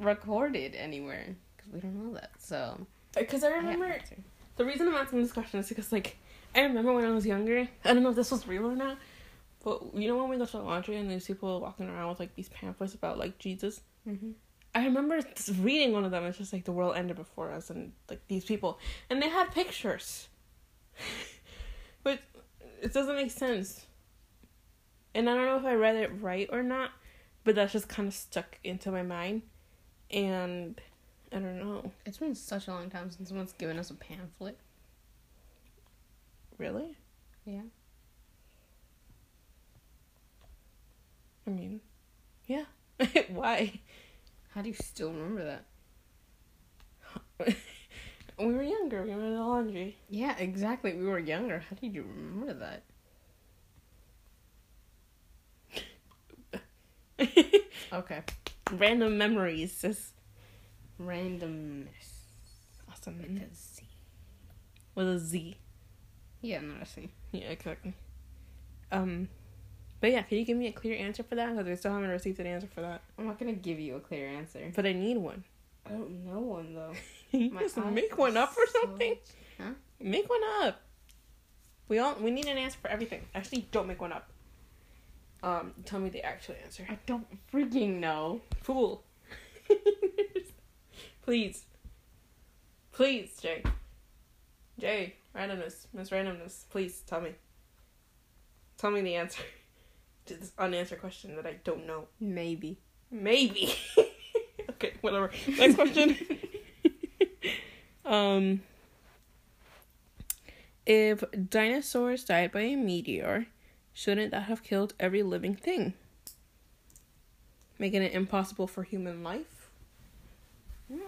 Speaker 2: recorded anywhere because we don't know that so
Speaker 1: Because I
Speaker 2: I have
Speaker 1: remember
Speaker 2: an answer.
Speaker 1: The reason I'm asking this question is because, like, I remember when I was younger. I don't know if this was real or not, but you know when we go to the laundry and there's people walking around with like these pamphlets about like Jesus.
Speaker 2: Mm-hmm.
Speaker 1: I remember just reading one of them. It's just like the world ended before us and like these people, and they had pictures. but it doesn't make sense. And I don't know if I read it right or not, but that's just kind of stuck into my mind, and I don't know.
Speaker 2: it's been such a long time since someone's given us a pamphlet
Speaker 1: Really.
Speaker 2: yeah
Speaker 1: I mean, yeah. Why?
Speaker 2: how do you still remember that
Speaker 1: We were younger. We were in the laundry.
Speaker 2: yeah exactly we were younger how did you remember that okay
Speaker 1: Random memories. Just
Speaker 2: randomness
Speaker 1: awesome.
Speaker 2: with a Z.
Speaker 1: With a Z.
Speaker 2: yeah not a c
Speaker 1: Yeah, exactly. Um, but yeah, can you give me a clear answer for that? Because I still haven't received an answer for that.
Speaker 2: i'm not gonna give you a clear answer
Speaker 1: But I need one.
Speaker 2: i don't know one though
Speaker 1: Can you
Speaker 2: My
Speaker 1: just
Speaker 2: eyes
Speaker 1: make
Speaker 2: are
Speaker 1: one up or
Speaker 2: so-
Speaker 1: something?
Speaker 2: Huh?
Speaker 1: Make one up. We all we need an answer for everything. Actually, don't make one up. Um, tell me the actual answer.
Speaker 2: i don't freaking know
Speaker 1: Fool. Please. Please, Jay. Jay, randomness, Miss Randomness, please tell me. Tell me the answer to this unanswered question that I don't know.
Speaker 2: maybe
Speaker 1: Maybe. okay, whatever. Next question. um, if dinosaurs died by a meteor, shouldn't that have killed every living thing? Making it impossible for human life?
Speaker 2: Mm.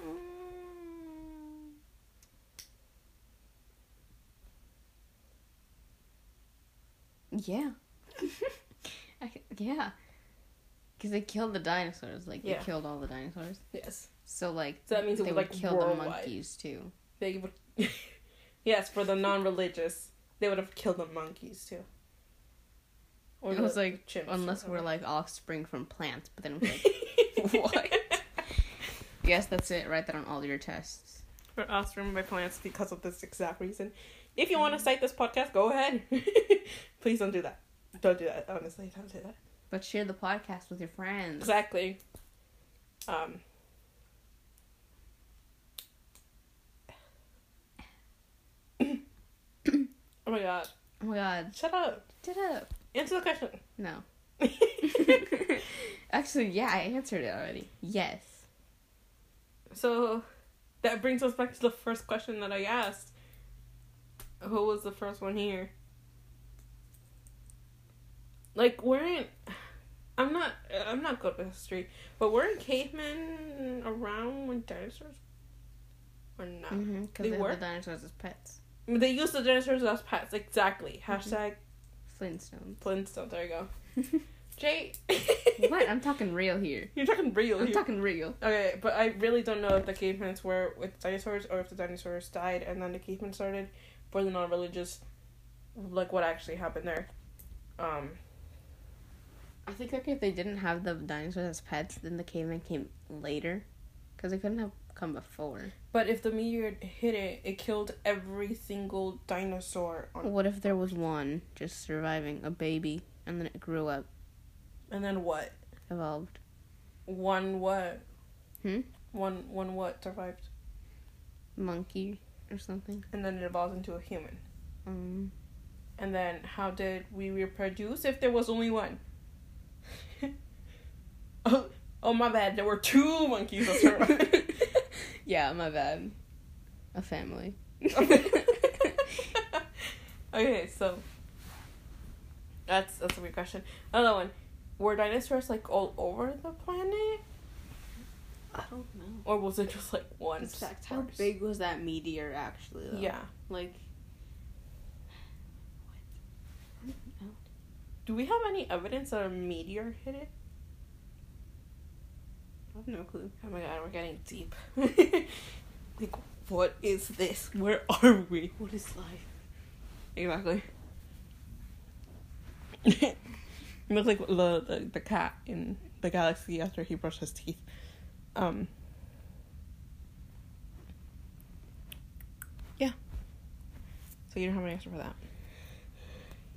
Speaker 2: Yeah. I, c- yeah. Because they killed the dinosaurs. Like,
Speaker 1: Yeah.
Speaker 2: they killed all the dinosaurs.
Speaker 1: Yes.
Speaker 2: So, like,
Speaker 1: So that means it
Speaker 2: they
Speaker 1: was,
Speaker 2: would
Speaker 1: like,
Speaker 2: kill the
Speaker 1: worldwide.
Speaker 2: monkeys, too.
Speaker 1: They would. yes, for the non religious, they would have killed the monkeys too. Or
Speaker 2: it
Speaker 1: the
Speaker 2: was, like,
Speaker 1: chimps or
Speaker 2: unless we're,
Speaker 1: whatever.
Speaker 2: like, offspring from plants. But then it was like, what? yes, that's it. Write that on all your tests.
Speaker 1: for offspring by plants because of this exact reason. If you want
Speaker 2: Mm.
Speaker 1: to cite this podcast, go ahead. Please don't do that. Don't do that. Honestly, don't do that.
Speaker 2: But share the podcast with your friends.
Speaker 1: Exactly. Um. oh my god!
Speaker 2: Oh my god.
Speaker 1: Shut up.
Speaker 2: Did up.
Speaker 1: Answer the question.
Speaker 2: No. Actually, yeah, I answered it already. Yes.
Speaker 1: so that brings us back to the first question that I asked. Who was the first one here? Like we're in I'm not I'm not good with history, but were not cavemen around when dinosaurs or not?
Speaker 2: Mm-hmm. Because
Speaker 1: Ah, They
Speaker 2: they,
Speaker 1: were?
Speaker 2: had the dinosaurs as pets.
Speaker 1: They used the dinosaurs as pets, exactly.
Speaker 2: Mm-hmm.
Speaker 1: Hashtag
Speaker 2: Flintstones.
Speaker 1: Flintstone, there you go. Jay
Speaker 2: what? I'm talking real here.
Speaker 1: You're talking real
Speaker 2: I'm
Speaker 1: here.
Speaker 2: talking real.
Speaker 1: Okay, but I really don't know if the cavemen were with dinosaurs or if the dinosaurs died and then the cavemen started for the non religious, like what actually happened there. Um,
Speaker 2: I think like if they didn't have the dinosaurs as pets, then the cavemen came later, because they couldn't have come before.
Speaker 1: but if the meteor hit it, it killed every single dinosaur, on,
Speaker 2: What if there was one just surviving, a baby, and then it grew up,
Speaker 1: and then what?
Speaker 2: evolved?
Speaker 1: One what?
Speaker 2: Hmm?
Speaker 1: One one what survived,
Speaker 2: Monkey or something.
Speaker 1: and then it evolved into a human.
Speaker 2: Um,
Speaker 1: And then how did we reproduce if there was only one? oh, oh my bad, there were two monkeys. That's right.
Speaker 2: Yeah, my bad. A family.
Speaker 1: okay, so that's that's a weird question. Another one: Were dinosaurs like all over the planet,
Speaker 2: I don't know.
Speaker 1: or was it just like one?
Speaker 2: Fact, how
Speaker 1: sparse?
Speaker 2: big was that meteor actually? Though?
Speaker 1: Yeah.
Speaker 2: Like. What? I don't know.
Speaker 1: Do we have any evidence that a meteor hit it?
Speaker 2: I have no clue.
Speaker 1: Oh my god, we're getting deep. like, what is this? Where are we?
Speaker 2: What is life?
Speaker 1: Exactly. you look like the, the the cat in the galaxy after he brushed his teeth. Um. Yeah. So you don't have an answer for that.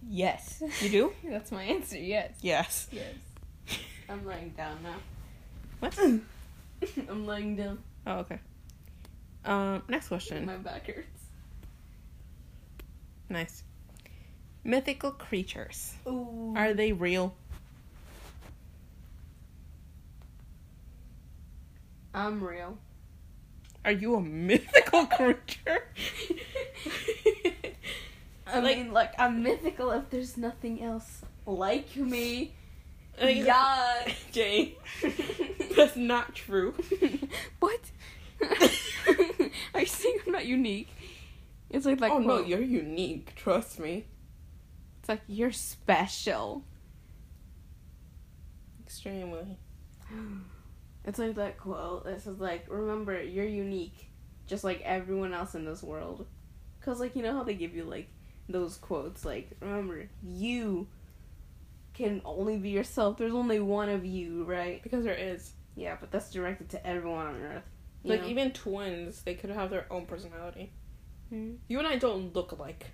Speaker 1: Yes. You do?
Speaker 2: That's my answer. Yes.
Speaker 1: yes.
Speaker 2: Yes. I'm lying down now.
Speaker 1: What?
Speaker 2: I'm lying down.
Speaker 1: Oh, okay. Um, next question.
Speaker 2: My back hurts.
Speaker 1: Nice. Mythical creatures.
Speaker 2: Ooh.
Speaker 1: Are they real?
Speaker 2: I'm real.
Speaker 1: Are you a mythical creature?
Speaker 2: I
Speaker 1: Like-
Speaker 2: mean, like I'm mythical if there's nothing else like me.
Speaker 1: Like-
Speaker 2: yeah.
Speaker 1: Jane, that's not true.
Speaker 2: what? Are you saying I'm not unique? It's like like
Speaker 1: oh no,
Speaker 2: well,
Speaker 1: you're unique. Trust me.
Speaker 2: it's like you're special.
Speaker 1: Extremely.
Speaker 2: It's like that quote. This is like, remember, you're unique, just like everyone else in this world. Cause like you know how they give you like those quotes, like remember, you can only be yourself. There's only one of you, right?
Speaker 1: Because there is,
Speaker 2: Yeah, but that's directed to everyone on Earth. you
Speaker 1: like,
Speaker 2: know?
Speaker 1: even twins, they could have their own personality.
Speaker 2: Hmm.
Speaker 1: You and I don't look alike.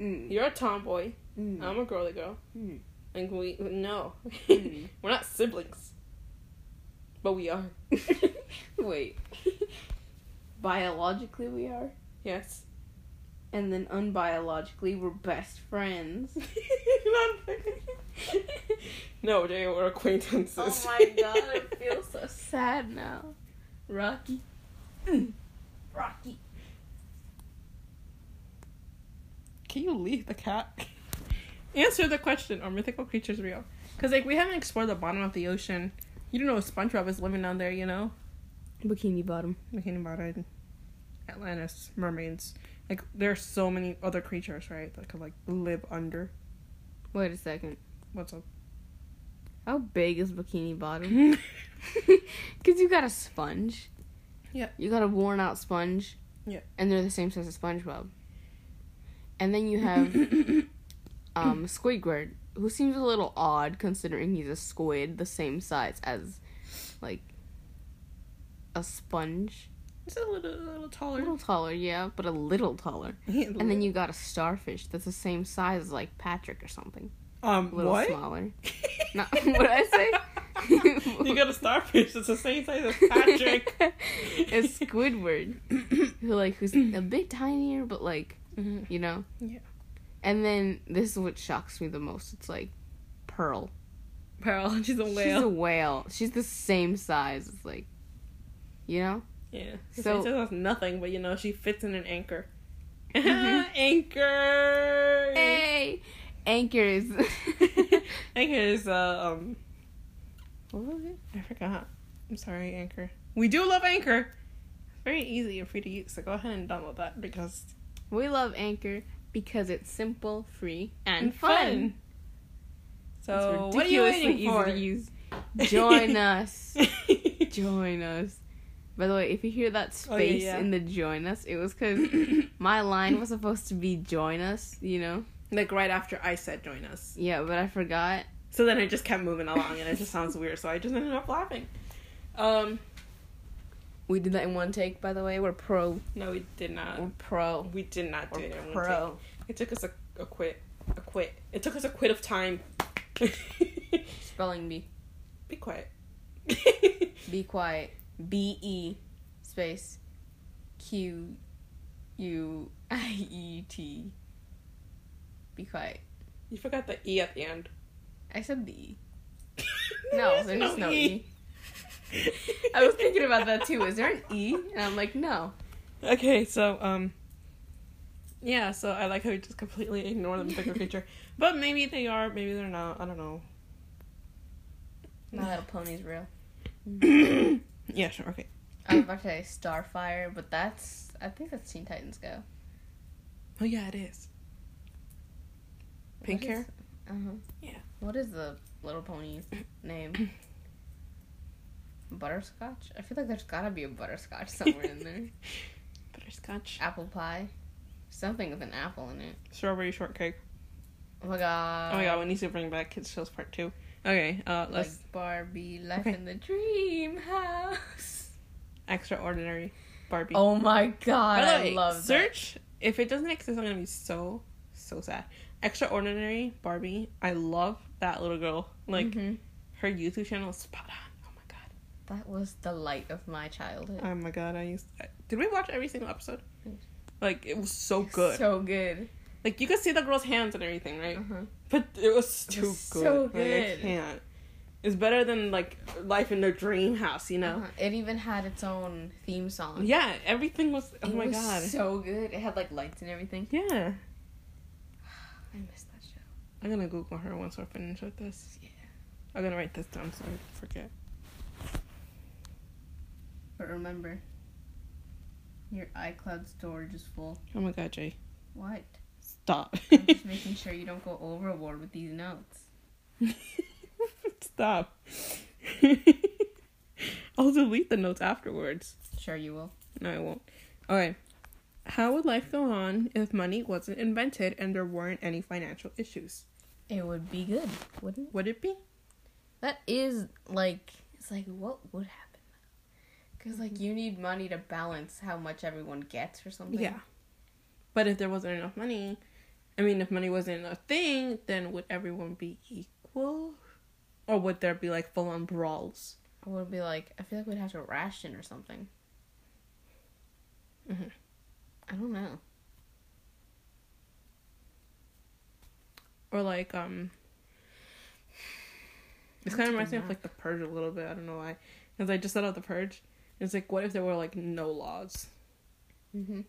Speaker 2: Mm.
Speaker 1: You're a tomboy.
Speaker 2: Mm.
Speaker 1: I'm a girly girl.
Speaker 2: Mm.
Speaker 1: And we no,
Speaker 2: Mm.
Speaker 1: we're not siblings, but we are.
Speaker 2: Hmm. Wait. Biologically, we are,
Speaker 1: Yes.
Speaker 2: and then unbiologically, we're best friends.
Speaker 1: no, Jay, we're
Speaker 2: Oh
Speaker 1: acquaintances.
Speaker 2: so sad now. Rocky.
Speaker 1: Mm.
Speaker 2: Rocky.
Speaker 1: Can you leave the cat? Answer the question: Are mythical creatures real? Because like we haven't explored the bottom of the ocean. You don't know what SpongeBob is living down there. You know,
Speaker 2: Bikini Bottom.
Speaker 1: thinking about it, Atlantis, mermaids. Like there are so many other creatures, right? That could like live under.
Speaker 2: Wait a second.
Speaker 1: What's up?
Speaker 2: How big is Bikini Bottom? Because you got a sponge.
Speaker 1: Yeah.
Speaker 2: You got a worn out sponge.
Speaker 1: Yeah.
Speaker 2: And they're the same size as SpongeBob. And then you have um, Squidward, who seems a little odd considering he's a squid the same size as, like, a sponge.
Speaker 1: It's a little, a little
Speaker 2: A
Speaker 1: taller.
Speaker 2: little taller, yeah, but a little taller. And then you got a starfish that's the same size as like Patrick or something.
Speaker 1: um
Speaker 2: A little
Speaker 1: what?
Speaker 2: smaller. No, what did I say?
Speaker 1: you got a starfish. It's the same size as Patrick.
Speaker 2: it's Squidward, who like who's a bit tinier, but like
Speaker 1: Mhm.
Speaker 2: you know.
Speaker 1: Yeah.
Speaker 2: And then this is what shocks me the most. It's like Pearl.
Speaker 1: Pearl, she's a
Speaker 2: She's
Speaker 1: whale.
Speaker 2: a whale. She's the same size. It's like, you know.
Speaker 1: yeah.
Speaker 2: So-
Speaker 1: So she does nothing, but you know she fits in an anchor. Mm-hmm. anchor.
Speaker 2: Hey, anchors.
Speaker 1: anchor is uh, um.
Speaker 2: what was it?
Speaker 1: I forgot. I'm sorry, Anchor. We do love Anchor. It's very easy and free to use, so go ahead and download that because
Speaker 2: We love Anchor because it's simple, free, and fun.
Speaker 1: So
Speaker 2: It's
Speaker 1: what are you
Speaker 2: ridiculously
Speaker 1: waiting for?
Speaker 2: easy to use. Join us. Join us. By the way, if you hear that space
Speaker 1: Oh, yeah, yeah.
Speaker 2: in the join us, it was because my line was supposed to be join us, you know?
Speaker 1: like right after I said join us.
Speaker 2: Yeah, but I forgot.
Speaker 1: So then I just kept moving along, and it just sounds weird. So I just ended up laughing. Um,
Speaker 2: We did that in one take, by the way. We're pro.
Speaker 1: no, we did not.
Speaker 2: We're pro.
Speaker 1: We did not do
Speaker 2: We're
Speaker 1: it. in one
Speaker 2: pro.
Speaker 1: take. It took us a, a quit, a quit. It took us a quit of time.
Speaker 2: Spelling bee.
Speaker 1: Be quiet.
Speaker 2: Be quiet. B E space Q U I E T. Be quiet.
Speaker 1: you forgot the e at the end.
Speaker 2: I said the E. No, there's no E. I was thinking about that too. Is there an E? And I'm like, no.
Speaker 1: Okay, so um yeah, so I like how we just completely ignore the bigger picture. But maybe they are, maybe they're not. I don't
Speaker 2: My Little Pony's real. Mm-hmm.
Speaker 1: know. yeah, sure. Okay.
Speaker 2: I was about to say Starfire, but that's I think that's Teen Titans Go.
Speaker 1: Oh yeah, it is. Pink hair?
Speaker 2: Uh huh.
Speaker 1: Yeah.
Speaker 2: What is the Little Pony's name? Butterscotch? I feel like there's gotta be a butterscotch somewhere in there.
Speaker 1: Butterscotch.
Speaker 2: Apple pie, something with an apple in it.
Speaker 1: Strawberry shortcake.
Speaker 2: Oh my god.
Speaker 1: Oh my god, we need to bring back Kids Shows Part 2. Okay, uh let's
Speaker 2: Like Barbie, life
Speaker 1: Okay.
Speaker 2: in the dream house.
Speaker 1: extraordinary Barbie.
Speaker 2: Oh my god,
Speaker 1: By the
Speaker 2: I
Speaker 1: way,
Speaker 2: love that.
Speaker 1: search if it doesn't exist, I'm gonna be so so sad. Extraordinary Barbie. I love that little girl. Like
Speaker 2: Mhm.
Speaker 1: her YouTube channel is spot on. Oh my god.
Speaker 2: that was the light of my childhood.
Speaker 1: Oh my god. I used. Did we watch every single episode?
Speaker 2: Yes.
Speaker 1: Like it was so good.
Speaker 2: So good.
Speaker 1: like you could see the girl's hands and everything, right?
Speaker 2: Uh-huh.
Speaker 1: But it was too
Speaker 2: was
Speaker 1: good.
Speaker 2: so
Speaker 1: Like,
Speaker 2: good.
Speaker 1: I can't. It's better than like life in their dream house, you know.
Speaker 2: Uh-huh. It even had its own theme song.
Speaker 1: Yeah, everything was. Oh
Speaker 2: It
Speaker 1: my
Speaker 2: was
Speaker 1: god.
Speaker 2: so good. It had like lights and everything.
Speaker 1: yeah.
Speaker 2: I miss that show.
Speaker 1: I'm gonna Google her once we're finished with this.
Speaker 2: Yeah.
Speaker 1: I'm gonna write this down so I don't forget.
Speaker 2: But remember, your iCloud storage is full.
Speaker 1: Oh my god, Jay.
Speaker 2: What?
Speaker 1: Stop.
Speaker 2: I'm just making sure you don't go overboard with these notes.
Speaker 1: Stop. I'll delete the notes afterwards.
Speaker 2: Sure, you will.
Speaker 1: No, I won't. Okay. How would life go on if money wasn't invented and there weren't any financial issues?
Speaker 2: It would be good, wouldn't it?
Speaker 1: Would it be?
Speaker 2: That is like, it's like, what would happen? Because,
Speaker 1: Mm-hmm.
Speaker 2: like, you need money to balance how much everyone gets or something.
Speaker 1: Yeah. But if there wasn't enough money, I mean, if money wasn't a thing, then would everyone be equal? Or would there be like full on brawls?
Speaker 2: It would be like, I feel like we'd have to ration or something. Mm-hmm.
Speaker 1: Mhm.
Speaker 2: I don't know.
Speaker 1: Or like, um. This
Speaker 2: That's
Speaker 1: kind
Speaker 2: a
Speaker 1: of
Speaker 2: good
Speaker 1: reminds me of
Speaker 2: map.
Speaker 1: like the purge a little bit. I don't know why. Because I just thought of the purge. It's like, what if there were like no laws?
Speaker 2: Mm-hmm.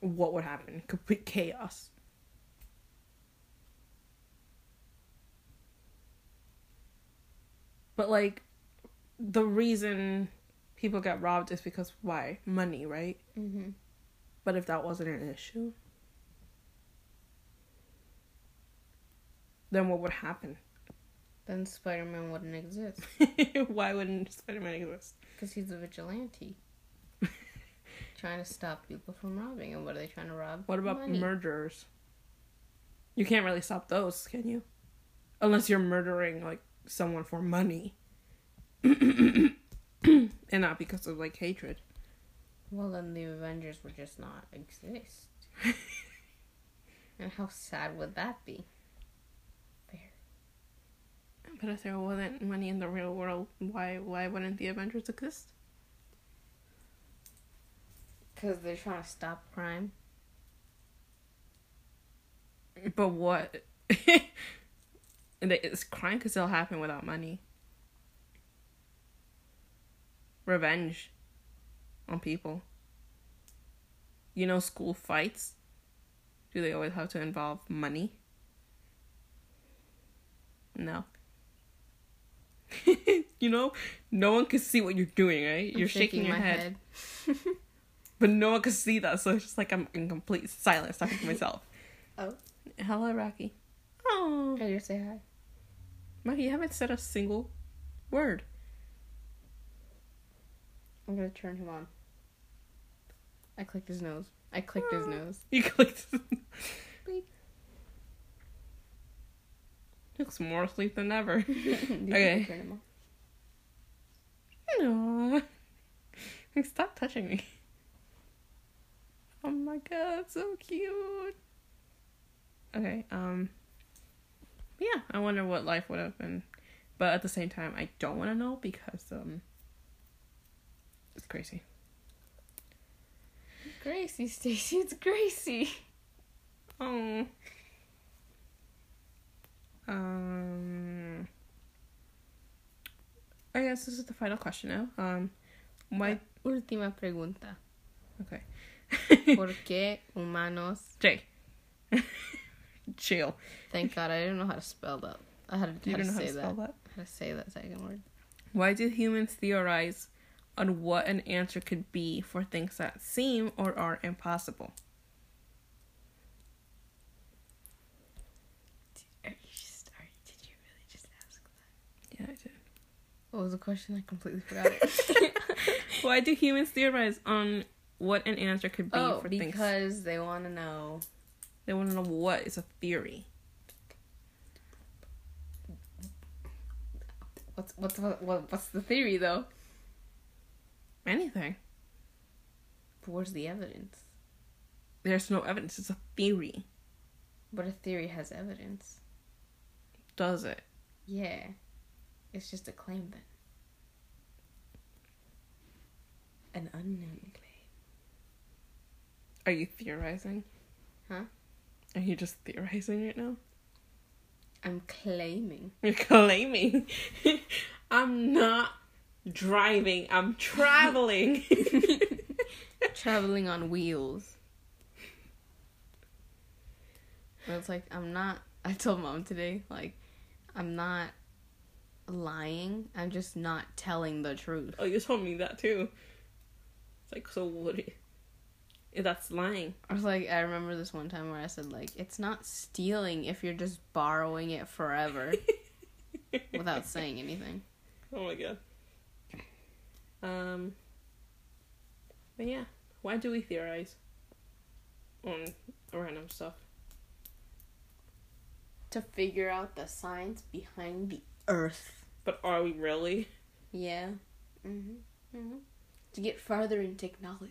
Speaker 1: What would happen? Complete chaos. But like, the reason people get robbed is because why? Money, right?
Speaker 2: Mm-hmm.
Speaker 1: But if that wasn't an issue, then what would happen?
Speaker 2: Then Spider Man wouldn't exist
Speaker 1: Why wouldn't Spider Man exist?
Speaker 2: because he's a vigilante. trying to stop people from robbing. And what are they trying to rob?
Speaker 1: What about
Speaker 2: Money.
Speaker 1: murderers? You can't really stop those, can you? Unless you're murdering like someone for money. and not because of like hatred.
Speaker 2: Well, then the Avengers would just not exist. and how sad would that be? There.
Speaker 1: But if there wasn't money in the real world, why why wouldn't the Avengers exist?
Speaker 2: Because they're trying to stop crime.
Speaker 1: But what? And they- it's crime could still happen without money. Revenge on people. You know, school fights. Do they always have to involve money? No. you know, no one can see what you're doing, right?
Speaker 2: I'm
Speaker 1: you're shaking, your head, but no one can see that, so it's just like I'm in complete silence talking to myself.
Speaker 2: Oh.
Speaker 1: Hello, Rocky. Oh.
Speaker 2: Can you say hi?
Speaker 1: Mikey, you haven't said a single word.
Speaker 2: I'm gonna turn him on. I clicked his nose. I clicked his
Speaker 1: Oh.
Speaker 2: nose.
Speaker 1: You clicked.
Speaker 2: Beep.
Speaker 1: Looks more asleep than ever.
Speaker 2: You can
Speaker 1: Okay.
Speaker 2: Turn him
Speaker 1: No.
Speaker 2: off.
Speaker 1: Like, stop touching me. Oh my god, so cute. Okay, um. Yeah, I wonder what life would have been. But at the same time, I don't want to know because, um. It's crazy.
Speaker 2: Gracie, Stacy, it's Gracie.
Speaker 1: Oh. Um. Okay, guys, this is the final question now. Um, why?
Speaker 2: Última pregunta.
Speaker 1: Okay.
Speaker 2: ¿Por qué humanos?
Speaker 1: Jay. Chill.
Speaker 2: Thank God, I didn't know how to spell that. I had to,
Speaker 1: You
Speaker 2: how to
Speaker 1: don't know how to
Speaker 2: say
Speaker 1: spell
Speaker 2: that.
Speaker 1: that.
Speaker 2: How to say that second word?
Speaker 1: Why do humans theorize on what an answer could be for things that seem or are impossible?
Speaker 2: Are you just? Are you, did you really just ask that?
Speaker 1: Yeah, I did.
Speaker 2: What was the question? I completely forgot it.
Speaker 1: Why do humans theorize on what an answer could be
Speaker 2: oh,
Speaker 1: for things?
Speaker 2: because they want to know
Speaker 1: They want to know what is a theory.
Speaker 2: what's what's what, what, what's the theory though.
Speaker 1: Anything.
Speaker 2: But where's the evidence?
Speaker 1: There's no evidence. It's a theory.
Speaker 2: But a theory has evidence.
Speaker 1: Does it?
Speaker 2: Yeah, it's just a claim then. An unknown claim.
Speaker 1: Are you theorizing?
Speaker 2: Huh?
Speaker 1: Are you just theorizing right now?
Speaker 2: I'm claiming.
Speaker 1: You're claiming. I'm not driving. I'm traveling.
Speaker 2: traveling on wheels. And it's like I'm not. I told mom today, like, I'm not lying. I'm just not telling the truth.
Speaker 1: oh, you told me that too. It's like so what? i- if That's lying.
Speaker 2: I was like, I remember this one time where I said, like, it's not stealing if you're just borrowing it forever without saying anything.
Speaker 1: Oh my god. Um. But yeah, why do we theorize on random stuff?
Speaker 2: To figure out the science behind the earth.
Speaker 1: But are we really?
Speaker 2: Yeah. hmm hmm To get farther in technology.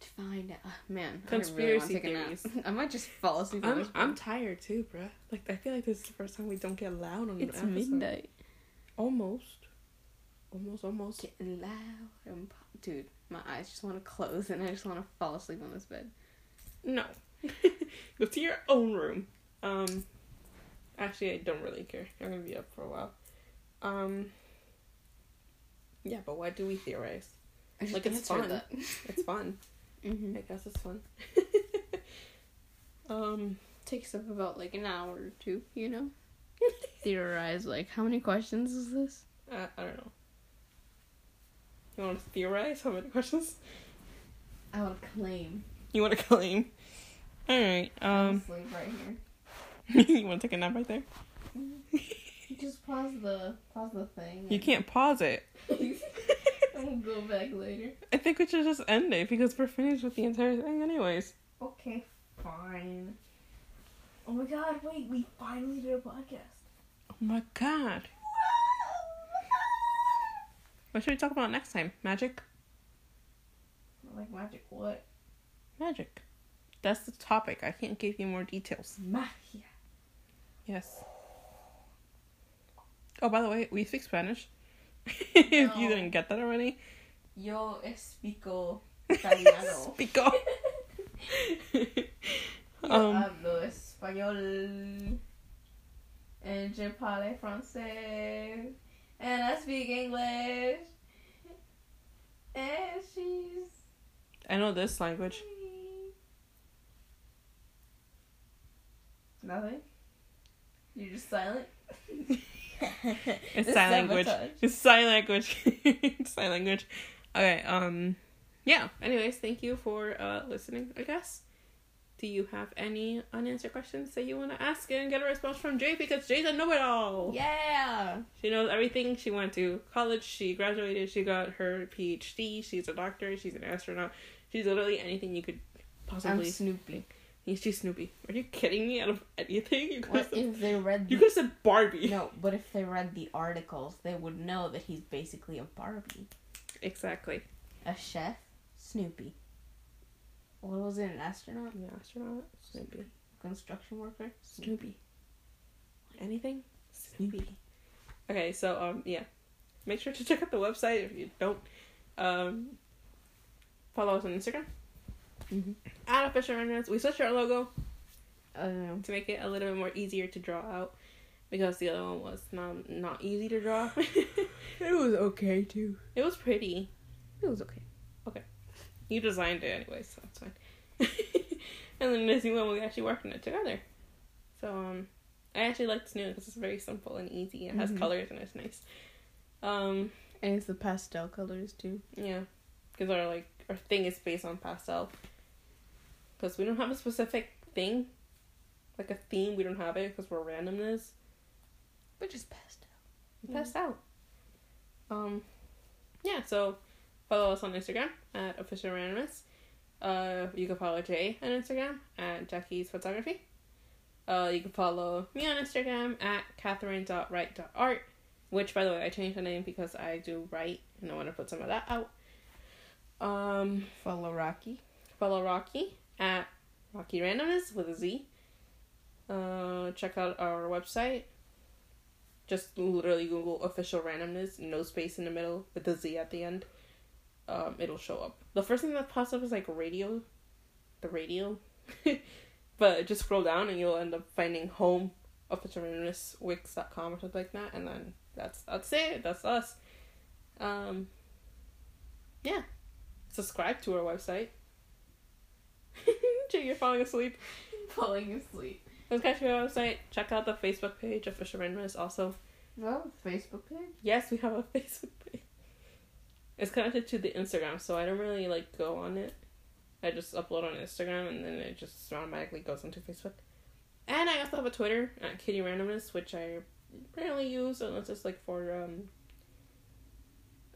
Speaker 2: To find out. ah, man. I don't really wanna
Speaker 1: Conspiracy
Speaker 2: take a nap. I might just fall asleep. on
Speaker 1: I'm
Speaker 2: this
Speaker 1: I'm
Speaker 2: one.
Speaker 1: tired too, bruh. Like I feel like this is the first time we don't get loud on an
Speaker 2: it's
Speaker 1: episode.
Speaker 2: midnight.
Speaker 1: Almost. Almost, almost.
Speaker 2: Getting loud and pop. Dude, my eyes just want to close and I just want to fall asleep on this bed.
Speaker 1: No. Go to your own room. Um actually I don't really care. I'm gonna be up for a while. Um Yeah, but why do we theorize?
Speaker 2: I just
Speaker 1: Like, it's
Speaker 2: answered
Speaker 1: fun. It's fun.
Speaker 2: Mhm.
Speaker 1: I guess it's fun. um
Speaker 2: takes up about like an hour or two, you know? Theorize, like, how many questions is this?
Speaker 1: I, I don't know. You wanna theorize how many questions?
Speaker 2: I would claim.
Speaker 1: You wanna claim? Alright, um
Speaker 2: sleep right here.
Speaker 1: you wanna take a nap right there?
Speaker 2: Just pause the pause the thing.
Speaker 1: You can't pause it.
Speaker 2: I'll go back later.
Speaker 1: I think we should just end it because we're finished with the entire thing, anyways.
Speaker 2: Okay, fine. Oh my god, wait, we finally did a podcast.
Speaker 1: Oh my god. What should we talk about next time? Magic?
Speaker 2: like magic what?
Speaker 1: Magic. That's the topic. I can't give you more details.
Speaker 2: Magia.
Speaker 1: Yes. Oh, by the way, we speak Spanish. if you
Speaker 2: No.
Speaker 1: didn't get that already,
Speaker 2: Yo explico italiano.
Speaker 1: speak up.
Speaker 2: Yo
Speaker 1: um,
Speaker 2: hablo español. And je parle francés. And I speak English. And she's
Speaker 1: I know this language.
Speaker 2: Nothing? You're just silent?
Speaker 1: It's
Speaker 2: This
Speaker 1: sign language.
Speaker 2: sabotage.
Speaker 1: It's sign language. it's sign language. Okay. Um. Yeah. Anyways, thank you for uh listening. I guess. Do you have any unanswered questions that you want to ask and get a response from Jay because Jay's a know-it-all.
Speaker 2: Yeah!
Speaker 1: She knows everything. She went to college. She graduated. She got her PhD. She's a doctor. She's an astronaut. She's literally anything you could
Speaker 2: I'm
Speaker 1: possibly.
Speaker 2: Snoopy.
Speaker 1: Yeah, she's Snoopy. Are you kidding me? Out of anything, you could
Speaker 2: What
Speaker 1: have
Speaker 2: if they read
Speaker 1: you
Speaker 2: the
Speaker 1: could have said Barbie.
Speaker 2: No, but if they read the articles, they would know that he's basically a Barbie.
Speaker 1: Exactly.
Speaker 2: A chef? Snoopy. What was it, an astronaut?
Speaker 1: An astronaut. Snoopy.
Speaker 2: Construction worker? Snoopy.
Speaker 1: Snoopy. Anything? Snoopy. Okay, so um yeah. Make sure to check out the website if you don't. Um follow us on Instagram.
Speaker 2: Mhm.
Speaker 1: At official renders. We switched our logo
Speaker 2: I don't know.
Speaker 1: to make it a little bit more easier to draw out. because the other one was not not easy to draw.
Speaker 2: It was okay too.
Speaker 1: it was pretty.
Speaker 2: It was okay.
Speaker 1: You designed it anyway, so that's fine. and then this new one, we actually worked on it together. So um, I actually like this new one because it's very simple and easy. It has
Speaker 2: Mhm.
Speaker 1: colors and it's nice. Um,
Speaker 2: And it's the pastel colors too.
Speaker 1: yeah, because our like our thing is based on pastel. Because we don't have a specific thing, like a theme. We don't have it because we're randomness.
Speaker 2: Which is pastel.
Speaker 1: We passed out. Um, yeah. So follow us on Instagram at official randomness. Uh, you can follow Jay on Instagram at Jackie's photography. Uh, you can follow me on Instagram at Catherine.write.art, which by the way I changed the name because I do write and I want to put some of that out. Um,
Speaker 2: Follow Rocky.
Speaker 1: follow Rocky at Rocky Randomness with a Z. Uh, check out our website. Just literally Google official randomness, no space in the middle with a Z at the end. Um, it'll show up. The first thing that pops up is like radio, the radio. but just scroll down and you'll end up finding home official randomness wix.com or something like that, and then that's that's it. That's us. Um, yeah, subscribe to our website. Jay, you're falling asleep.
Speaker 2: Falling asleep.
Speaker 1: Let's catch our website. Check out the Facebook page of Fisher Randomness also.
Speaker 2: Well, Facebook page.
Speaker 1: Yes, we have a Facebook page. It's connected to the Instagram, so I don't really like go on it. I just upload on Instagram and then it just automatically goes onto Facebook. And I also have a Twitter at Kitty Randomness, which I rarely use unless it's like for um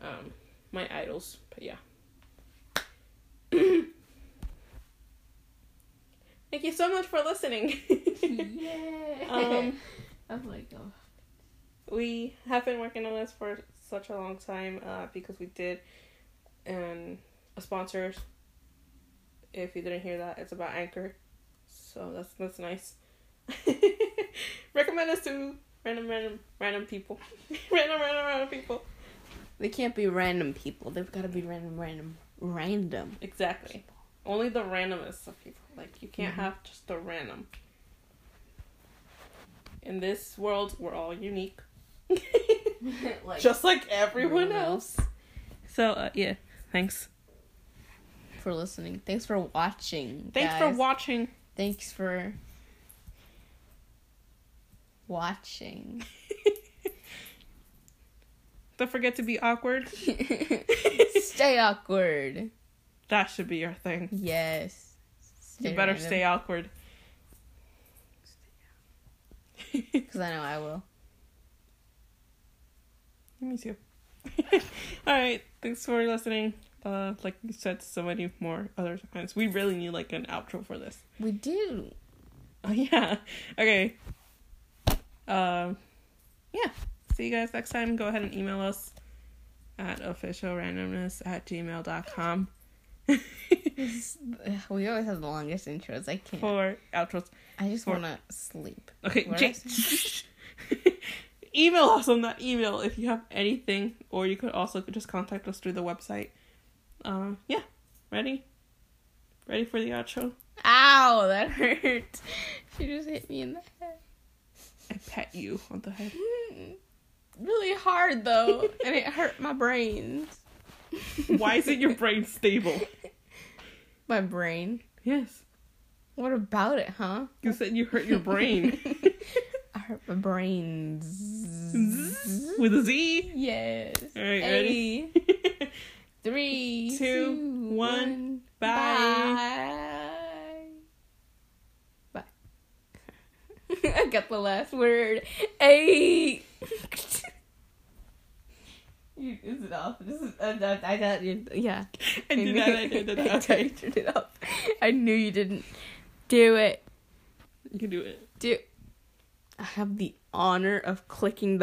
Speaker 1: um my idols. But yeah. Thank you so much for listening.
Speaker 2: yeah.
Speaker 1: Um,
Speaker 2: I'm like, oh.
Speaker 1: we have been working on this for such a long time uh, because we did and a sponsor if you didn't hear that it's about anchor so that's that's nice recommend us to random random random people random random random people
Speaker 2: They can't be random people. They've got to be random, random, random.
Speaker 1: exactly only the randomest of people like you can't
Speaker 2: Mhm.
Speaker 1: have just the random in this world we're all unique
Speaker 2: like,
Speaker 1: just like everyone
Speaker 2: Everyone
Speaker 1: else so uh, yeah thanks
Speaker 2: for listening. Thanks for watching.
Speaker 1: Thanks
Speaker 2: guys.
Speaker 1: for watching.
Speaker 2: Thanks for watching.
Speaker 1: Don't forget to be awkward.
Speaker 2: stay awkward.
Speaker 1: That should be your thing.
Speaker 2: Yes. Stay
Speaker 1: you better stay awkward. Me
Speaker 2: Because I know I will.
Speaker 1: too. All right. Thanks for listening. Uh, like we said so many more other times. We really need like an outro for this.
Speaker 2: We do.
Speaker 1: Oh yeah. Okay. Um, yeah. See you guys next time. Go ahead and email us at officialrandomness at gmail.com
Speaker 2: This- we always have the longest intros. I can't.
Speaker 1: for outros.
Speaker 2: I just
Speaker 1: for-
Speaker 2: want to sleep.
Speaker 1: Okay,
Speaker 2: What
Speaker 1: Jake. email us on that email if you have anything, or you could also just contact us through the website. Uh, yeah, ready? Ready for the outro?
Speaker 2: Ow, that hurt. She just hit me in the head.
Speaker 1: I pat you on the head.
Speaker 2: Really hard though, and it hurt my brains.
Speaker 1: Why isn't your brain stable?
Speaker 2: my brain?
Speaker 1: Yes,
Speaker 2: What about it, huh?
Speaker 1: you said you hurt your brain
Speaker 2: I hurt my brains.
Speaker 1: with a Z.
Speaker 2: Yes.
Speaker 1: All right, ready?
Speaker 2: Three,
Speaker 1: Two,
Speaker 2: two,
Speaker 1: one,
Speaker 2: one, Bye. Bye. I got the last word. Hey. you, is it off? This is, uh, that- I thought you. Yeah.
Speaker 1: I did that. I did
Speaker 2: I
Speaker 1: that.
Speaker 2: thought you
Speaker 1: Okay,
Speaker 2: turned it off. I knew you didn't. Do it.
Speaker 1: you can do it.
Speaker 2: Do. I have the honor of clicking the